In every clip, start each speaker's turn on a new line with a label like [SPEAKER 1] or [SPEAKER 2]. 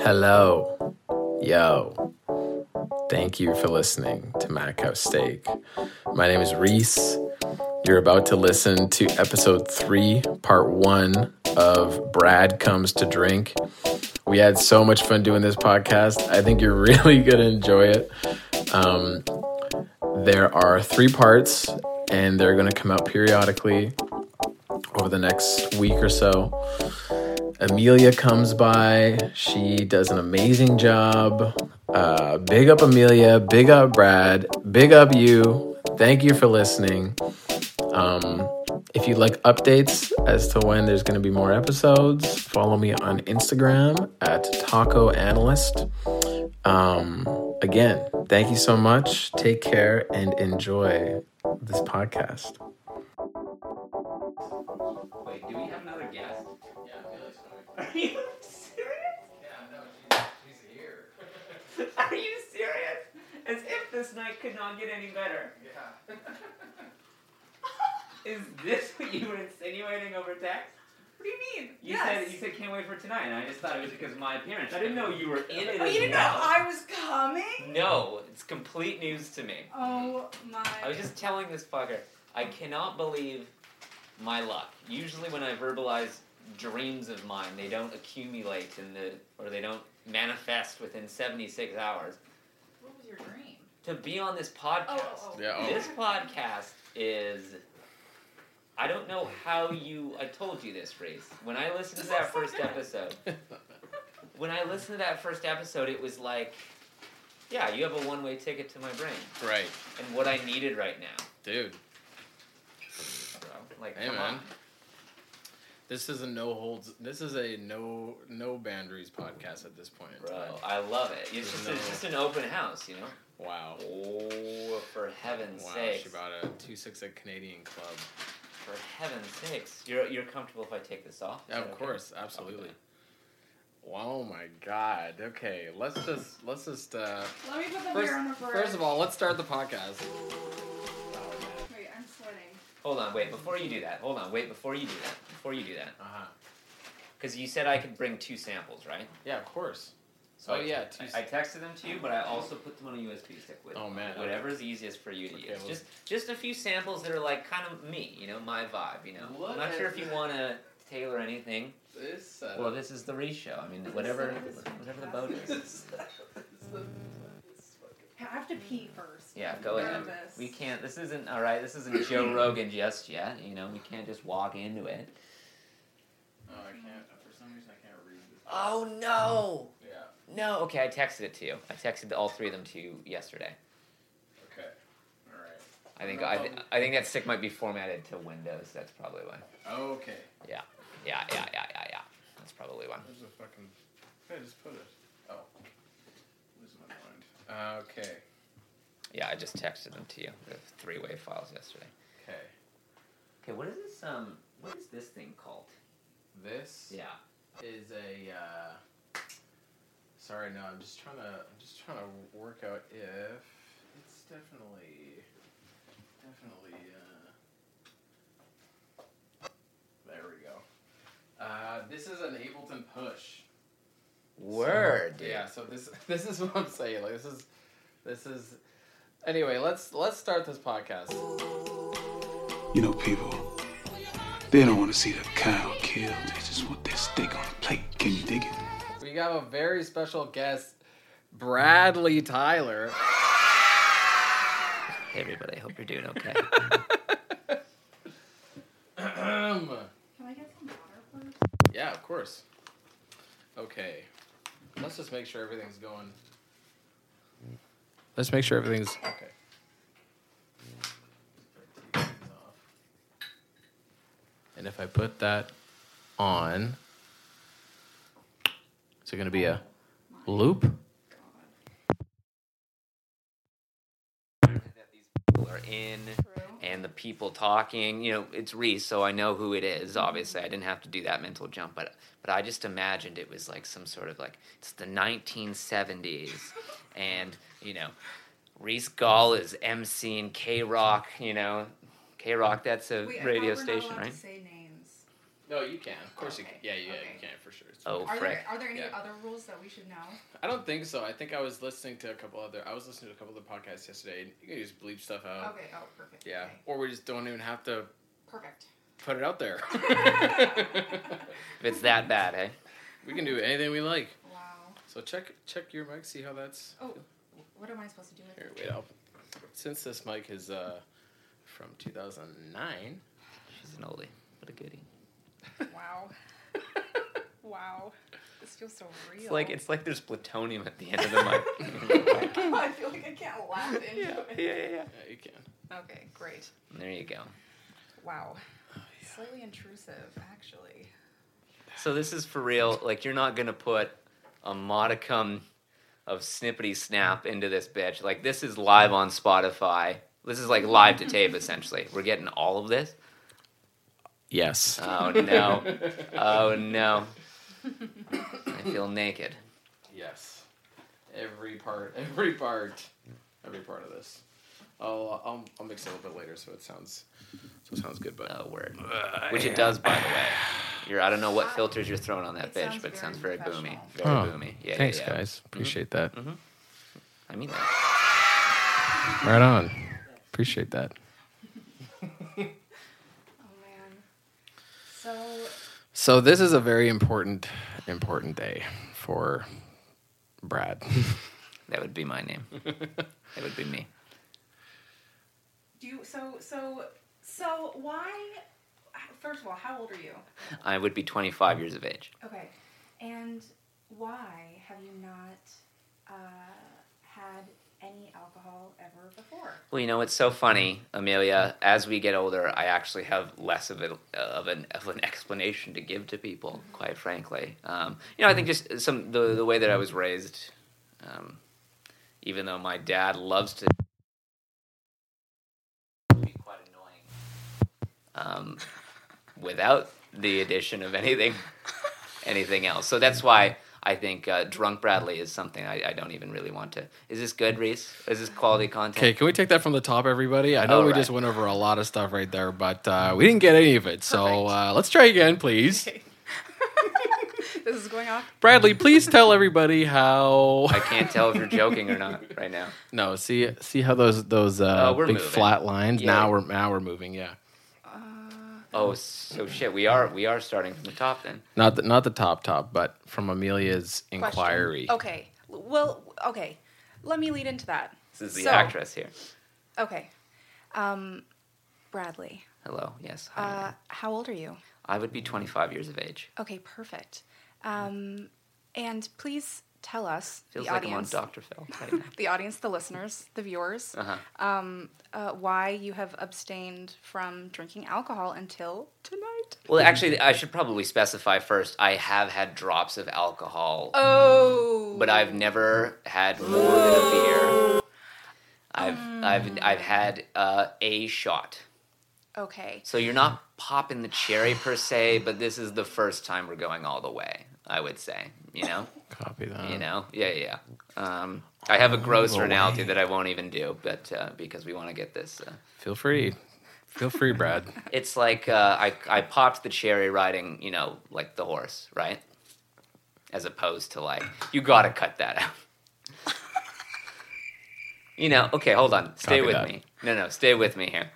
[SPEAKER 1] Hello. Yo. Thank you for listening to Madhouse Steak. My name is Reese. You're about to listen to episode three, part one of Brad Comes to Drink. We had so much fun doing this podcast. I think you're really going to enjoy it. Um, there are three parts, and they're going to come out periodically over the next week or so. Amelia comes by. She does an amazing job. Uh, big up Amelia. Big up Brad. Big up you. Thank you for listening. Um, if you'd like updates as to when there's going to be more episodes, follow me on Instagram at Taco Analyst. Um, again, thank you so much. Take care and enjoy this podcast.
[SPEAKER 2] Wait, do we have another guest?
[SPEAKER 3] Yeah, Amelia's coming.
[SPEAKER 2] Are you serious?
[SPEAKER 3] Yeah, no, she's, she's here.
[SPEAKER 2] Are you serious? As if this night could not get any better.
[SPEAKER 3] Yeah.
[SPEAKER 2] Is this what you were insinuating over text?
[SPEAKER 4] What do you mean?
[SPEAKER 2] You
[SPEAKER 4] yes.
[SPEAKER 2] said you said can't wait for tonight, and I just thought it was because of my appearance. I didn't know you were in it.
[SPEAKER 4] oh,
[SPEAKER 2] as
[SPEAKER 4] you didn't know
[SPEAKER 2] well.
[SPEAKER 4] I was coming?
[SPEAKER 2] No, it's complete news to me.
[SPEAKER 4] Oh my.
[SPEAKER 2] I was just telling this fucker. I cannot believe my luck. Usually, when I verbalize dreams of mine, they don't accumulate in the or they don't manifest within seventy six hours.
[SPEAKER 4] What was your dream?
[SPEAKER 2] To be on this podcast.
[SPEAKER 4] Oh, oh, oh.
[SPEAKER 1] Yeah, oh.
[SPEAKER 2] This podcast is. I don't know how you. I told you this, Reese. When I listened to
[SPEAKER 4] This
[SPEAKER 2] that
[SPEAKER 4] is so
[SPEAKER 2] first
[SPEAKER 4] good.
[SPEAKER 2] episode, when I listened to that first episode, it was like, yeah, you have a one way ticket to my brain
[SPEAKER 1] Right,
[SPEAKER 2] and what I needed right now,
[SPEAKER 1] dude.
[SPEAKER 2] bro. Like,
[SPEAKER 1] Hey,
[SPEAKER 2] come
[SPEAKER 1] man.
[SPEAKER 2] on.
[SPEAKER 1] This is a no holds. This is a no no boundaries podcast at this point in time.
[SPEAKER 2] Bro, I love it. It's just,
[SPEAKER 1] No.
[SPEAKER 2] it's just an open house, you know?
[SPEAKER 1] Wow.
[SPEAKER 2] Oh, for heaven's
[SPEAKER 1] Wow,
[SPEAKER 2] sakes.
[SPEAKER 1] she brought a two six at Canadian Club.
[SPEAKER 2] For heaven's sakes. You're, you're comfortable if I take this off? Is
[SPEAKER 1] Yeah,
[SPEAKER 2] that
[SPEAKER 1] of
[SPEAKER 2] okay?
[SPEAKER 1] course, absolutely. Oh my God. Okay, let's just let's just. Uh,
[SPEAKER 4] Let me put the
[SPEAKER 1] first,
[SPEAKER 4] beer on the first.
[SPEAKER 1] first of all, let's start the podcast.
[SPEAKER 4] Wait, I'm sweating.
[SPEAKER 2] Hold on, wait, before you do that, hold on, wait, before you do that, before you do that.
[SPEAKER 1] Uh huh.
[SPEAKER 2] Because you said I could bring two samples, right?
[SPEAKER 1] Yeah, of course.
[SPEAKER 2] So
[SPEAKER 1] oh yeah. Two,
[SPEAKER 2] I, I texted them to you, but I also put them on a USB stick with
[SPEAKER 1] Oh, man, okay.
[SPEAKER 2] whatever is easiest for you to
[SPEAKER 1] Okay,
[SPEAKER 2] use.
[SPEAKER 1] well-
[SPEAKER 2] Just just a few samples that are like kind of me, you know, my vibe. You know, I'm not
[SPEAKER 1] What?
[SPEAKER 2] sure if you want to tailor anything.
[SPEAKER 1] this. Uh,
[SPEAKER 2] Well, this is the Reese show. I mean, whatever
[SPEAKER 4] is
[SPEAKER 2] whatever the boat is.
[SPEAKER 1] this,
[SPEAKER 4] I have to pee first.
[SPEAKER 2] Mm. Yeah, go ahead.
[SPEAKER 4] Nervous.
[SPEAKER 2] We can't. This isn't all right. This isn't Joe Rogan just yet. You know, we can't just walk into it.
[SPEAKER 1] Oh, I can't. For some reason, I can't read this.
[SPEAKER 2] Oh no,
[SPEAKER 1] Yeah.
[SPEAKER 2] no. Okay, I texted it to you. I texted all three of them to you yesterday.
[SPEAKER 1] Okay. All right.
[SPEAKER 2] I think I, th- I think that stick might be formatted to Windows. That's probably why.
[SPEAKER 1] Okay.
[SPEAKER 2] Yeah, yeah, yeah, yeah, yeah. That's probably one.
[SPEAKER 1] There's a fucking. I just put it. Oh. Losing my mind. Okay.
[SPEAKER 2] Yeah, I just texted them to you. The three-way files yesterday.
[SPEAKER 1] Okay.
[SPEAKER 2] Okay, what is this? Um, what is this thing called?
[SPEAKER 1] This
[SPEAKER 2] Yeah.
[SPEAKER 1] is a. Uh, sorry, no. I'm just trying to. I'm just trying to work out if it's definitely, definitely. Uh, there we go. Uh, this is an Ableton push.
[SPEAKER 2] Word,
[SPEAKER 1] So,
[SPEAKER 2] dude.
[SPEAKER 1] Yeah. So this this is what I'm saying. Like this is this is. Anyway, let's let's start this podcast.
[SPEAKER 5] You know, people, they don't want to see the cow killed. They just want their steak on a plate. Can you dig it?
[SPEAKER 1] We have a very special guest, Bradley Tyler.
[SPEAKER 2] Hey, everybody. I hope you're doing okay.
[SPEAKER 1] yeah,
[SPEAKER 4] Can I get some water first?
[SPEAKER 1] of course. Okay, let's just make sure everything's going. Let's make sure everything's okay. And if I put that on, is it going to be a loop?
[SPEAKER 2] that these people are in, and the people talking. You know, it's Reese, so I know who it is.
[SPEAKER 4] Mm-hmm.
[SPEAKER 2] Obviously, I didn't have to do that mental jump, but but I just imagined it was like some sort of like it's the 1970s, and you know, Reese Gall is MC and K Rock. You know, K Rock. That's a
[SPEAKER 4] Wait, I
[SPEAKER 2] radio
[SPEAKER 4] thought we're not
[SPEAKER 2] station,
[SPEAKER 4] allowed
[SPEAKER 2] right?
[SPEAKER 4] To say names.
[SPEAKER 1] Uh, No, you can. Of course you can.
[SPEAKER 4] Okay.
[SPEAKER 1] Yeah, yeah,
[SPEAKER 4] Okay.
[SPEAKER 1] you can for sure. It's
[SPEAKER 2] Oh,
[SPEAKER 4] Are
[SPEAKER 2] frick.
[SPEAKER 4] there are there any
[SPEAKER 1] Yeah.
[SPEAKER 4] other rules that we should know?
[SPEAKER 1] I don't think so. I think I was listening to a couple other. I was listening to a couple other podcasts yesterday. And you can just bleep stuff out.
[SPEAKER 4] okay. Oh, perfect.
[SPEAKER 1] Yeah,
[SPEAKER 4] Okay.
[SPEAKER 1] or we just don't even have to
[SPEAKER 4] Perfect.
[SPEAKER 1] put it out there.
[SPEAKER 2] If it's that bad, eh?
[SPEAKER 1] we can do anything we like.
[SPEAKER 4] Wow.
[SPEAKER 1] So check check your mic. See how that's.
[SPEAKER 4] Oh, what am I supposed to do with
[SPEAKER 1] Here,
[SPEAKER 4] it?
[SPEAKER 1] wait. I'll, since this mic is uh, from 2009.
[SPEAKER 2] She's an oldie. What a goodie.
[SPEAKER 4] Wow. Wow. This feels so real.
[SPEAKER 2] It's like it's like there's plutonium at the end of the mic.
[SPEAKER 4] I feel like I can't laugh into it.
[SPEAKER 2] yeah,
[SPEAKER 1] Yeah, you can.
[SPEAKER 4] Okay, great.
[SPEAKER 2] There you go.
[SPEAKER 4] Wow. Slightly intrusive, actually.
[SPEAKER 2] So this is for real. Like you're not gonna put a modicum of snippety snap into this bitch. Like this is live on Spotify. This is like live to tape essentially. We're getting all of this.
[SPEAKER 6] Yes.
[SPEAKER 2] Oh no.
[SPEAKER 1] Uh,
[SPEAKER 2] Oh no. I feel naked.
[SPEAKER 1] Yes. Every part. Every part. Every part of this. I'll I'll, I'll mix it a little bit later so it sounds so it sounds good. But
[SPEAKER 2] Oh word. Which it does by the way. You're I don't know what filters you're throwing on that
[SPEAKER 4] It
[SPEAKER 2] bitch,
[SPEAKER 4] sounds
[SPEAKER 2] but it sounds very
[SPEAKER 4] very
[SPEAKER 2] boomy.
[SPEAKER 4] professional.
[SPEAKER 2] Very
[SPEAKER 6] Oh,
[SPEAKER 2] boomy. Yeah. yeah,
[SPEAKER 6] Thanks,
[SPEAKER 2] yeah. Mm-hmm.
[SPEAKER 6] guys. Appreciate that.
[SPEAKER 2] I mean that.
[SPEAKER 6] Right on. Appreciate that.
[SPEAKER 4] Oh man. So
[SPEAKER 6] So this is a very important, important day for Brad.
[SPEAKER 2] That would be my name. that would be me.
[SPEAKER 4] do you so so so why first of all, how old are you?
[SPEAKER 2] I would be twenty five years of age.
[SPEAKER 4] Okay. And why have you not uh, had any alcohol ever before?
[SPEAKER 2] Well, you know, it's so funny, Amelia. As we get older, I actually have less of, a, of, an, of an explanation to give to people, quite frankly. Um, you know, I think just some the, the way that I was raised, um, even though my dad loves to be quite annoying um, without the addition of anything anything else. So that's why I think uh, Drunk Bradley is something I, I don't even really want to. Is this good, Reese? Is this quality content?
[SPEAKER 6] Okay, can we take that from the top, everybody? I know
[SPEAKER 2] All
[SPEAKER 6] we
[SPEAKER 2] right.
[SPEAKER 6] just went over a lot of stuff right there, but uh, we didn't get any of it. So uh, let's try again, please.
[SPEAKER 4] This is going off.
[SPEAKER 6] Bradley, please tell everybody how.
[SPEAKER 2] I can't tell if you're joking or not right now.
[SPEAKER 6] No, see, see how those those uh,
[SPEAKER 2] Oh, we're
[SPEAKER 6] big
[SPEAKER 2] moving.
[SPEAKER 6] flat lines.
[SPEAKER 2] Yeah.
[SPEAKER 6] Now we're now we're moving. Yeah,
[SPEAKER 2] Oh, so shit. We are we are starting from the top then.
[SPEAKER 6] not the, not the top top, but from Amelia's inquiry.
[SPEAKER 4] Okay. Well, okay. Let me lead into that.
[SPEAKER 2] This is the
[SPEAKER 4] So-
[SPEAKER 2] actress here.
[SPEAKER 4] Okay. Um, Bradley,
[SPEAKER 2] Hello. Yes. Hi.
[SPEAKER 4] uh, how old are you?
[SPEAKER 2] I would be 25 years of age.
[SPEAKER 4] Okay, perfect. Um, and please tell us,
[SPEAKER 2] Feels
[SPEAKER 4] the
[SPEAKER 2] like
[SPEAKER 4] audience,
[SPEAKER 2] I'm on Dr. Phil. right now.
[SPEAKER 4] the audience, the listeners, the viewers,
[SPEAKER 2] Uh-huh.
[SPEAKER 4] uh, why you have abstained from drinking alcohol until tonight.
[SPEAKER 2] Well, actually, I should probably specify first. I have had drops of alcohol,
[SPEAKER 4] Oh.
[SPEAKER 2] but I've never had more than a beer. I've
[SPEAKER 4] Mm.
[SPEAKER 2] I've I've had uh, a shot.
[SPEAKER 4] Okay.
[SPEAKER 2] So you're not popping the cherry per se, but this is the first time we're going all the way. I would say, you know.
[SPEAKER 6] Copy that.
[SPEAKER 1] Uh,
[SPEAKER 2] you know yeah yeah yeah. um, i have a gross reality that i won't even do but uh, because we want to get this uh,
[SPEAKER 6] Feel free, feel free, Brad.
[SPEAKER 2] it's like uh, I, I popped the cherry riding you know like the horse right as opposed to like you gotta cut that out you know okay hold on stay
[SPEAKER 6] Copy
[SPEAKER 2] with
[SPEAKER 6] that.
[SPEAKER 2] me no no stay with me here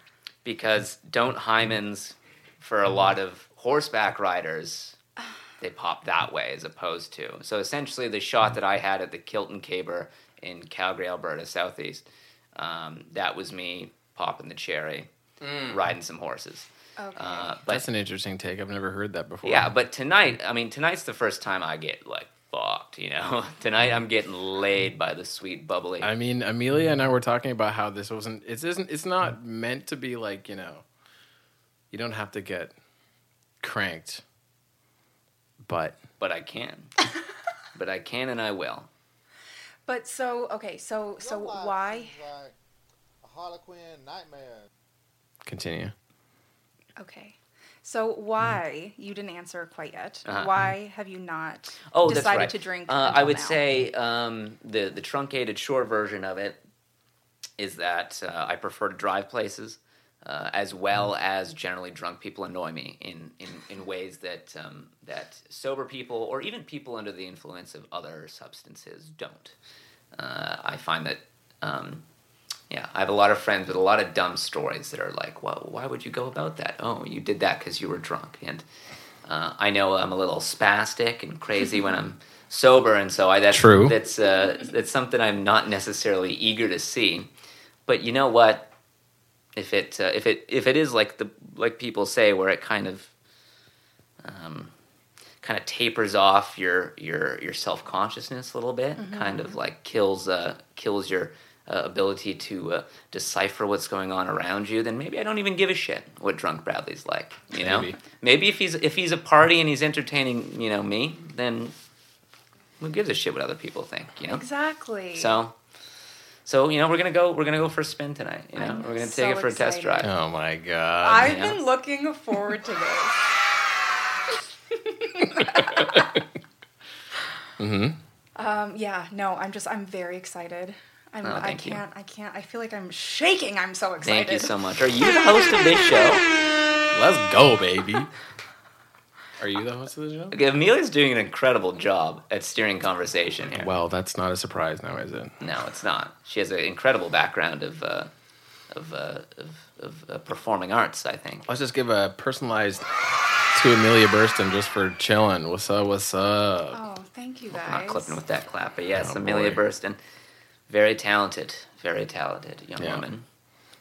[SPEAKER 2] because don't hymens for a lot of horseback riders they pop that way as opposed to. So essentially, the shot that I had at the Kilton Caber in Calgary, Alberta, southeast, um, that was me popping the cherry, riding some horses.
[SPEAKER 4] Okay.
[SPEAKER 2] Uh, but
[SPEAKER 6] Mm. That's an interesting take. I've never heard that before.
[SPEAKER 2] yeah, but tonight, I mean, tonight's the first time I get like fucked. You know, tonight I'm getting laid by the sweet bubbly.
[SPEAKER 6] I mean, Amelia and I were talking about how this wasn't. It isn't. It's not meant to be like you know. You don't have to get cranked, but
[SPEAKER 2] but I can. but I can and I will.
[SPEAKER 4] but so okay, so so
[SPEAKER 7] Your life
[SPEAKER 4] why?
[SPEAKER 7] seems Like a Harlequin nightmare.
[SPEAKER 6] continue.
[SPEAKER 4] Okay. So why you didn't answer quite yet?
[SPEAKER 2] Mm-hmm. Uh-huh.
[SPEAKER 4] Why have you not
[SPEAKER 2] oh, that's
[SPEAKER 4] decided
[SPEAKER 2] right.
[SPEAKER 4] to
[SPEAKER 2] Uh,
[SPEAKER 4] drink?
[SPEAKER 2] I
[SPEAKER 4] until
[SPEAKER 2] would
[SPEAKER 4] now?
[SPEAKER 2] say um, the the truncated short version of it is that uh, I prefer to drive places. uh, as well
[SPEAKER 6] Mm.
[SPEAKER 2] as generally drunk people annoy me in, in, in ways that um, that sober people or even people under the influence of other substances don't. Uh, I find that um, yeah, I have a lot of friends with a lot of dumb stories that are like, well, why would you go about that? Oh, you did that because you were drunk. And uh, I know I'm a little spastic and crazy when I'm sober, and so I that's
[SPEAKER 6] True.
[SPEAKER 2] That's uh, that's something I'm not necessarily eager to see. But you know what? If it uh, if it if it is like the like people say, where it kind of um, kind of tapers off your your your self consciousness a little bit, kind of like kills uh, kills your uh, ability to uh, decipher what's going on around you. Then maybe I don't even give a shit what drunk Bradley's like. You know,
[SPEAKER 6] Maybe.
[SPEAKER 2] maybe, if he's if he's a party and he's entertaining, you know, me, then who gives a shit what other people think? You know,
[SPEAKER 4] Exactly.
[SPEAKER 2] so. So you know we're gonna go we're gonna go for a spin tonight. You know
[SPEAKER 4] I'm
[SPEAKER 2] we're gonna take
[SPEAKER 4] so
[SPEAKER 2] it for a test
[SPEAKER 4] excited.
[SPEAKER 2] drive.
[SPEAKER 6] Oh my god.
[SPEAKER 4] I've
[SPEAKER 2] yeah.
[SPEAKER 4] been looking forward to this.
[SPEAKER 2] Mm-hmm.
[SPEAKER 6] hmm
[SPEAKER 4] Um, yeah, no, I'm just I'm very excited. I'm,
[SPEAKER 2] Oh,
[SPEAKER 4] I
[SPEAKER 2] thank you.
[SPEAKER 4] can't I can't I feel like I'm shaking. I'm so excited.
[SPEAKER 2] Thank you so much. Are you the host of this show?
[SPEAKER 6] Let's go, baby. Are you the host of the show?
[SPEAKER 2] Okay, Amelia's doing an incredible job at steering conversation here.
[SPEAKER 6] Well, that's not a surprise now, is it?
[SPEAKER 2] no, it's not. She has an incredible background of uh, of, uh, of of uh, performing arts. I think.
[SPEAKER 6] Let's just give a personalized to Amelia Burston just for chilling. What's up? What's up?
[SPEAKER 4] Oh, thank you
[SPEAKER 2] I'm not
[SPEAKER 4] guys.
[SPEAKER 2] clipping with that clap, but yes,
[SPEAKER 6] Oh,
[SPEAKER 2] Amelia
[SPEAKER 6] boy.
[SPEAKER 2] Burston, very talented, very talented young
[SPEAKER 6] Yeah.
[SPEAKER 2] woman.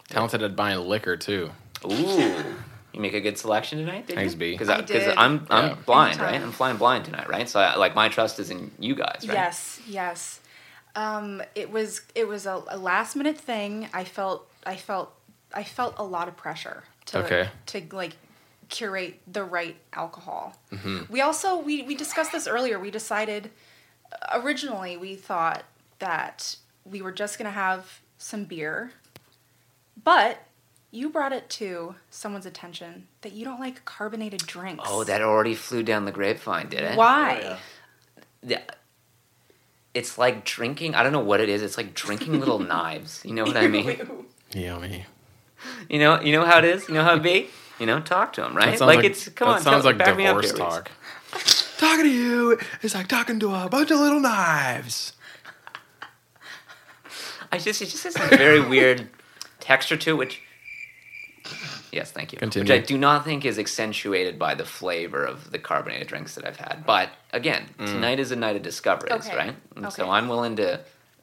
[SPEAKER 6] Talented at buying liquor too.
[SPEAKER 2] Ooh, you make a good selection tonight. Did
[SPEAKER 6] Thanks,
[SPEAKER 2] you?
[SPEAKER 6] B.
[SPEAKER 2] Because
[SPEAKER 4] I
[SPEAKER 2] because
[SPEAKER 4] did.
[SPEAKER 2] I'm I'm
[SPEAKER 6] Yeah.
[SPEAKER 2] blind,
[SPEAKER 4] Big
[SPEAKER 2] right?
[SPEAKER 4] time.
[SPEAKER 2] I'm flying blind tonight, right? So I, like my trust is in you guys, right?
[SPEAKER 4] Yes, yes. Um, it was it was a, a last minute thing. I felt I felt I felt a lot of pressure to
[SPEAKER 6] Okay.
[SPEAKER 4] to like curate the right alcohol. We also we we discussed this earlier. We decided originally we thought that we were just gonna have some beer, but you brought it to someone's attention that you don't like carbonated drinks.
[SPEAKER 2] Oh, that already flew down the grapevine, did it?
[SPEAKER 4] why?
[SPEAKER 1] Oh, yeah.
[SPEAKER 2] Yeah. It's like drinking. I don't know what it is. It's like drinking little knives. You know what I mean?
[SPEAKER 6] Yummy.
[SPEAKER 2] You know, you know how it is. You know how it be. You know, talk to him, right?
[SPEAKER 6] sounds
[SPEAKER 2] Like,
[SPEAKER 6] like-
[SPEAKER 2] it's come
[SPEAKER 6] that
[SPEAKER 2] on.
[SPEAKER 6] sounds
[SPEAKER 2] tell-
[SPEAKER 6] like
[SPEAKER 2] back me up
[SPEAKER 6] divorce
[SPEAKER 2] here, Reese.
[SPEAKER 6] talk. talking to you is like talking to a bunch of little knives.
[SPEAKER 2] I just, it just has a very weird texture to it, which. Yes, thank you.
[SPEAKER 6] Continue.
[SPEAKER 2] Which I do not think is accentuated by the flavor of the carbonated drinks that I've had. But again, tonight is a night of discoveries,
[SPEAKER 4] Okay.
[SPEAKER 2] right? And So
[SPEAKER 4] Okay.
[SPEAKER 2] I'm willing to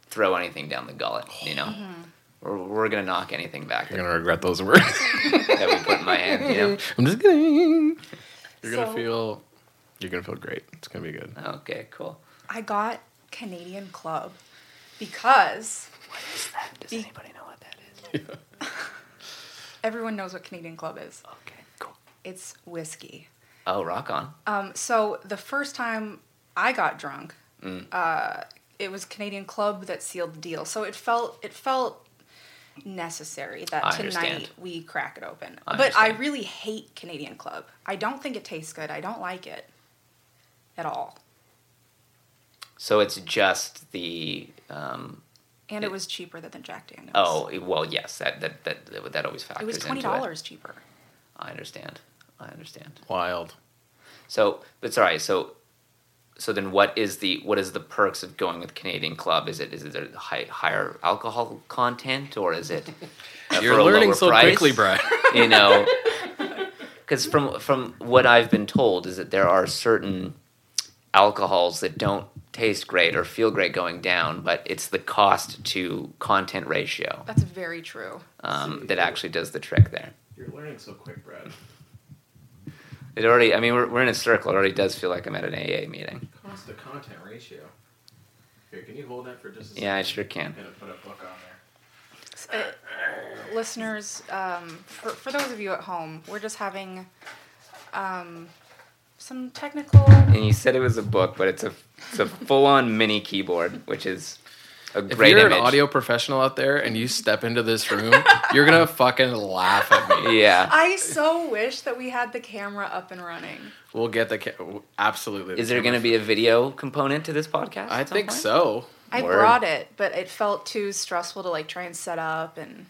[SPEAKER 2] throw anything down the gullet. You know,
[SPEAKER 4] Mm-hmm.
[SPEAKER 2] we're, we're gonna knock anything back
[SPEAKER 6] You're gonna regret those words.
[SPEAKER 2] that, that we put in my hand. You know.
[SPEAKER 6] I'm just kidding. You're gonna
[SPEAKER 4] So-
[SPEAKER 6] feel. You're gonna feel great. It's gonna be good.
[SPEAKER 2] Okay, cool.
[SPEAKER 4] I got Canadian Club because
[SPEAKER 2] Does
[SPEAKER 4] Be-
[SPEAKER 2] anybody know what that is?
[SPEAKER 4] everyone knows what Canadian Club is.
[SPEAKER 2] Okay, cool.
[SPEAKER 4] It's whiskey.
[SPEAKER 2] Oh, rock on.
[SPEAKER 4] Um, so the first time I got drunk,
[SPEAKER 2] Mm.
[SPEAKER 4] uh, it was Canadian Club that sealed the deal. So it felt it felt necessary that
[SPEAKER 2] I
[SPEAKER 4] tonight
[SPEAKER 2] understand.
[SPEAKER 4] we crack it open.
[SPEAKER 2] I
[SPEAKER 4] but I
[SPEAKER 2] understand.
[SPEAKER 4] really hate Canadian Club. I don't think it tastes good. I don't like it at all.
[SPEAKER 2] So it's just the um,
[SPEAKER 4] And it,
[SPEAKER 2] It-
[SPEAKER 4] was cheaper than the Jack Daniels.
[SPEAKER 2] oh well yes that that that that always factors
[SPEAKER 4] it was
[SPEAKER 2] into
[SPEAKER 4] twenty dollars cheaper.
[SPEAKER 2] I understand. I understand.
[SPEAKER 6] Wild.
[SPEAKER 2] So but sorry. So so then what is the what is the perks of going with Canadian Club? Is it is it a high, higher alcohol content or is it uh, for
[SPEAKER 6] You're
[SPEAKER 2] a
[SPEAKER 6] learning
[SPEAKER 2] lower
[SPEAKER 6] so
[SPEAKER 2] price?
[SPEAKER 6] quickly, Brad.
[SPEAKER 2] you know because from from what i've been told is that there are certain alcohols that don't taste great or feel great going down but it's the cost to content ratio
[SPEAKER 4] That's very true.
[SPEAKER 2] um, that actually does the trick there
[SPEAKER 1] You're learning so quick, Brad.
[SPEAKER 2] it already i mean we're, we're in a circle it already does feel like i'm at an aa meeting
[SPEAKER 1] Cost to content ratio. Here, can you hold that for just a
[SPEAKER 2] yeah i sure can
[SPEAKER 1] gonna put a book on there.
[SPEAKER 4] Uh, listeners, um, for, for those of you at home, we're just having um, some technical.
[SPEAKER 2] and you said it was a book but it's a it's a full-on mini keyboard which is a
[SPEAKER 6] If
[SPEAKER 2] great
[SPEAKER 6] you're
[SPEAKER 2] image.
[SPEAKER 6] an audio professional out there and you step into this room, you're gonna fucking laugh at me.
[SPEAKER 2] yeah
[SPEAKER 4] I so wish that we had the camera up and running.
[SPEAKER 6] We'll get the ca- absolutely. the
[SPEAKER 2] is there
[SPEAKER 6] camera.
[SPEAKER 2] going to be a video component to this podcast
[SPEAKER 6] I
[SPEAKER 2] at some
[SPEAKER 6] think
[SPEAKER 2] point?
[SPEAKER 6] so.
[SPEAKER 4] I
[SPEAKER 2] Word.
[SPEAKER 4] brought it, but it felt too stressful to like try and set up and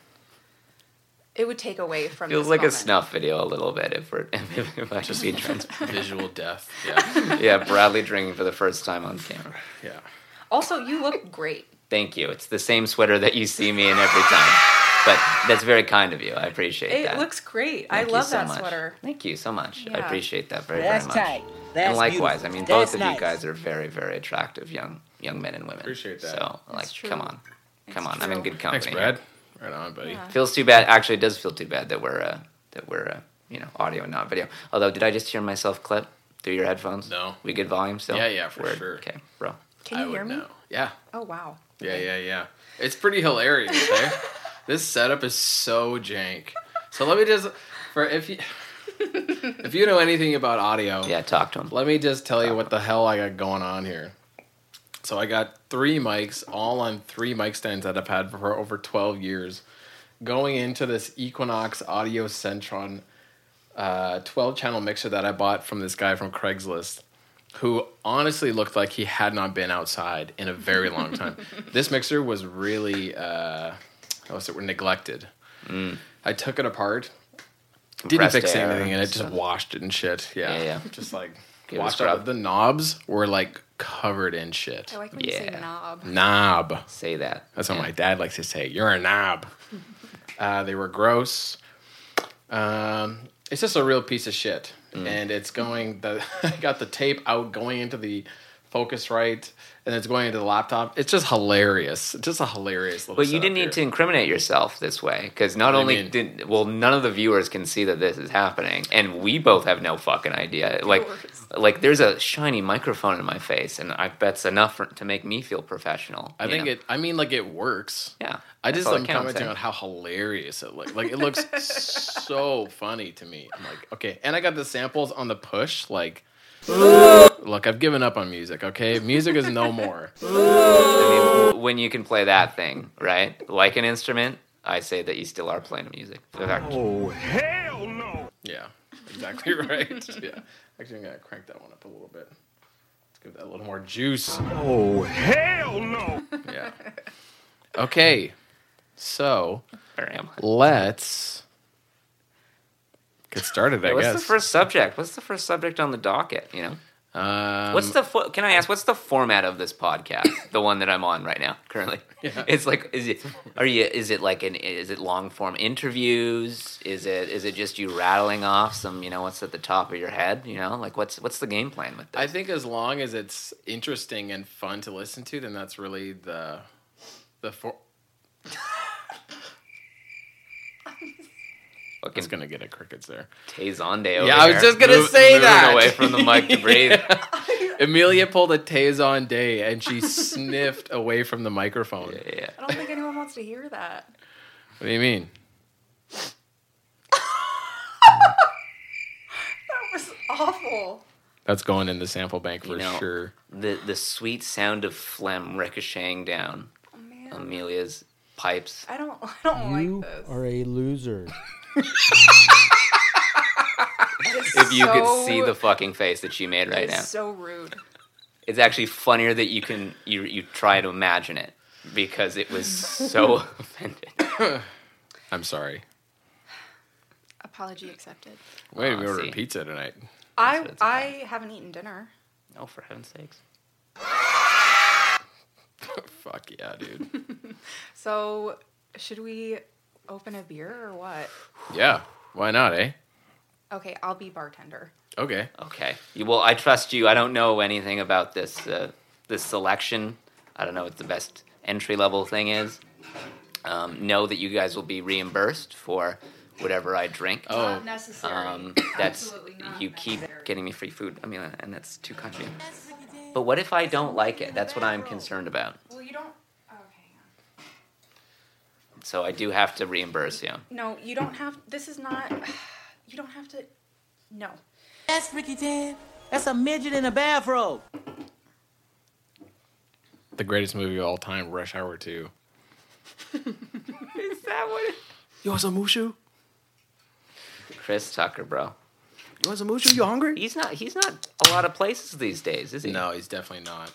[SPEAKER 4] It would take away from.
[SPEAKER 2] Feels
[SPEAKER 4] this
[SPEAKER 2] like
[SPEAKER 4] moment.
[SPEAKER 2] a snuff video a little bit if we're if, I just be transparent.
[SPEAKER 1] Visual death. Yeah.
[SPEAKER 2] yeah, Bradley drinking for the first time on camera.
[SPEAKER 1] Yeah.
[SPEAKER 4] Also, you look great.
[SPEAKER 2] Thank you. It's the same sweater that you see me in every time. But that's very kind of you. I appreciate
[SPEAKER 4] It
[SPEAKER 2] that.
[SPEAKER 4] looks great.
[SPEAKER 2] Thank
[SPEAKER 4] I
[SPEAKER 2] you
[SPEAKER 4] love
[SPEAKER 2] so
[SPEAKER 4] that
[SPEAKER 2] much.
[SPEAKER 4] sweater.
[SPEAKER 2] Thank you so much. I
[SPEAKER 4] Yeah.
[SPEAKER 2] appreciate that very
[SPEAKER 8] That's
[SPEAKER 2] very much.
[SPEAKER 8] tight. That's
[SPEAKER 2] and likewise,
[SPEAKER 8] beautiful.
[SPEAKER 2] I mean,
[SPEAKER 8] That's
[SPEAKER 2] both of
[SPEAKER 8] nice.
[SPEAKER 2] you guys are very, very attractive young young men and women.
[SPEAKER 1] Appreciate that.
[SPEAKER 2] So,
[SPEAKER 4] That's
[SPEAKER 2] like,
[SPEAKER 4] true.
[SPEAKER 2] come on, come
[SPEAKER 4] That's
[SPEAKER 2] on. I'm in
[SPEAKER 4] true.
[SPEAKER 2] good company.
[SPEAKER 1] Thanks,
[SPEAKER 2] here.
[SPEAKER 1] Brad. Right on, buddy.
[SPEAKER 4] Yeah.
[SPEAKER 2] Feels too bad. Actually, it does feel too bad that we're uh, that we're uh, you know audio and not video. Although, did I just hear myself clip through your headphones?
[SPEAKER 1] No.
[SPEAKER 2] We good volume still.
[SPEAKER 1] Yeah, yeah, for
[SPEAKER 2] Word.
[SPEAKER 1] sure.
[SPEAKER 2] Okay, bro.
[SPEAKER 4] Can you
[SPEAKER 1] I would
[SPEAKER 4] hear me?
[SPEAKER 1] know. Yeah.
[SPEAKER 4] Oh wow.
[SPEAKER 1] Yeah, yeah, yeah. It's pretty hilarious. eh? this setup is so jank. So let me just for if you if you know anything about audio,
[SPEAKER 2] Yeah, talk to him.
[SPEAKER 1] let me just tell you what the hell I got going on here. So I got three mics, all on three mic stands that I've had for over twelve years. Going into this Equinox Audio Centron uh, twelve channel mixer that I bought from this guy from Craigslist who honestly looked like he had not been outside in a very long time. this mixer was really, uh, how was it, neglected. I took it apart, didn't
[SPEAKER 2] Compressed
[SPEAKER 1] fix
[SPEAKER 2] air
[SPEAKER 1] anything, and it
[SPEAKER 2] and
[SPEAKER 1] just
[SPEAKER 2] stuff.
[SPEAKER 1] washed it and shit. Yeah,
[SPEAKER 2] Yeah, yeah.
[SPEAKER 1] Just like
[SPEAKER 2] Give it a
[SPEAKER 1] washed
[SPEAKER 2] scrub.
[SPEAKER 1] out. The knobs were like covered in shit.
[SPEAKER 4] Oh, I like when you
[SPEAKER 2] Yeah.
[SPEAKER 4] say knob.
[SPEAKER 1] knob.
[SPEAKER 2] Say that.
[SPEAKER 1] That's what
[SPEAKER 2] Yeah.
[SPEAKER 1] my dad likes to say. You're a knob. uh, they were gross. Um, it's just a real piece of shit,
[SPEAKER 2] Mm.
[SPEAKER 1] and it's going. The I got the tape out going into the Focusrite, and it's going into the laptop. It's just hilarious. It's just a hilarious little.
[SPEAKER 2] But you
[SPEAKER 1] setup
[SPEAKER 2] didn't need to
[SPEAKER 1] here.
[SPEAKER 2] incriminate yourself this way because not
[SPEAKER 1] do you
[SPEAKER 2] only
[SPEAKER 1] mean?
[SPEAKER 2] did well, none of the viewers can see that this is happening, and we both have no fucking idea. Like,
[SPEAKER 4] Viewers.
[SPEAKER 2] like there's a shiny microphone in my face, and I that's enough for, to make me feel professional.
[SPEAKER 1] I
[SPEAKER 2] you
[SPEAKER 1] think
[SPEAKER 2] know?
[SPEAKER 1] it. I mean, like it works.
[SPEAKER 2] Yeah,
[SPEAKER 1] I
[SPEAKER 2] that's
[SPEAKER 1] just
[SPEAKER 2] all
[SPEAKER 1] am
[SPEAKER 2] that counts,
[SPEAKER 1] commenting
[SPEAKER 2] eh?
[SPEAKER 1] on how hilarious it looks. Like it looks so funny to me. I'm like, okay, and I got the samples on the push. Like, look, I've given up on music. Okay, music is no more.
[SPEAKER 2] I mean, when you can play that thing right, like an instrument, I say that you still are playing music. In fact,
[SPEAKER 1] Oh. Yeah, exactly right. yeah, actually, I'm gonna crank that one up a little bit. Let's give that a little more juice. Oh hell no! Yeah. Okay, so
[SPEAKER 2] where am I?
[SPEAKER 1] let's get started. I
[SPEAKER 2] What's
[SPEAKER 1] guess.
[SPEAKER 2] the first subject? What's the first subject on the docket? You know.
[SPEAKER 1] Um,
[SPEAKER 2] What's the fo- can I ask? What's the format of this podcast? the one that I'm on right now, currently. It's like, is it? Are you? Is it like an? Is it long form interviews? Is it? Is it just you rattling off some? You know, what's at the top of your head? You know, like what's what's the game plan with this?
[SPEAKER 1] I think as long as it's interesting and fun to listen to, then that's really the the for.
[SPEAKER 2] Fucking
[SPEAKER 1] gonna get a crickets there.
[SPEAKER 2] Tazonde over
[SPEAKER 1] Yeah, I was
[SPEAKER 2] here.
[SPEAKER 1] just gonna
[SPEAKER 2] Move-
[SPEAKER 1] say
[SPEAKER 2] moving
[SPEAKER 1] that.
[SPEAKER 2] away from the mic to breathe.
[SPEAKER 1] Amelia pulled a Tazon day and she sniffed away from the microphone.
[SPEAKER 2] yeah.
[SPEAKER 4] I don't think anyone wants to hear that.
[SPEAKER 1] What do you mean?
[SPEAKER 4] That was awful.
[SPEAKER 1] That's going in the sample bank for
[SPEAKER 2] You know,
[SPEAKER 1] sure.
[SPEAKER 2] The the sweet sound of phlegm ricocheting down
[SPEAKER 4] Oh, man.
[SPEAKER 2] Amelia's pipes.
[SPEAKER 4] I don't. I don't
[SPEAKER 8] You
[SPEAKER 4] like this.
[SPEAKER 8] are a loser.
[SPEAKER 2] If you
[SPEAKER 4] So-
[SPEAKER 2] could see the fucking face that she made right
[SPEAKER 4] It's
[SPEAKER 2] now.
[SPEAKER 4] so rude.
[SPEAKER 2] it's actually funnier that you can you you try to imagine it because it was so offended.
[SPEAKER 1] I'm sorry.
[SPEAKER 4] Apology accepted.
[SPEAKER 1] Wait,
[SPEAKER 2] Oh,
[SPEAKER 1] we
[SPEAKER 2] I
[SPEAKER 1] ordered
[SPEAKER 2] see.
[SPEAKER 1] pizza tonight.
[SPEAKER 4] I
[SPEAKER 2] what it's
[SPEAKER 4] I haven't eaten dinner.
[SPEAKER 2] Oh, for heaven's sakes!
[SPEAKER 1] Fuck yeah, dude.
[SPEAKER 4] So should we open a beer or what?
[SPEAKER 1] yeah, why not, eh?
[SPEAKER 4] Okay, I'll be bartender.
[SPEAKER 1] Okay.
[SPEAKER 2] Okay, you, well, I trust you. I don't know anything about this uh, this selection. I don't know what the best entry level thing is. Um, know that you guys will be reimbursed for whatever I drink.
[SPEAKER 1] Oh,
[SPEAKER 9] necessary.
[SPEAKER 2] Um, that's you keep getting me free food. I mean, uh, and that's too country. But what if I don't like it? That's what I'm concerned about.
[SPEAKER 4] Well, you don't. Okay.
[SPEAKER 2] So I do have to reimburse you.
[SPEAKER 4] No, you don't have. This is not. You don't have to. No.
[SPEAKER 8] That's Ricky Dan. That's a midget in a bathrobe.
[SPEAKER 1] the greatest movie of all time, Rush Hour 2.
[SPEAKER 2] Is that what?
[SPEAKER 1] You want some mushu?
[SPEAKER 2] Chris Tucker, bro.
[SPEAKER 1] You want some mushu? You hungry?
[SPEAKER 2] He's not. He's not a lot of places these days, is he?
[SPEAKER 1] No, he's definitely not.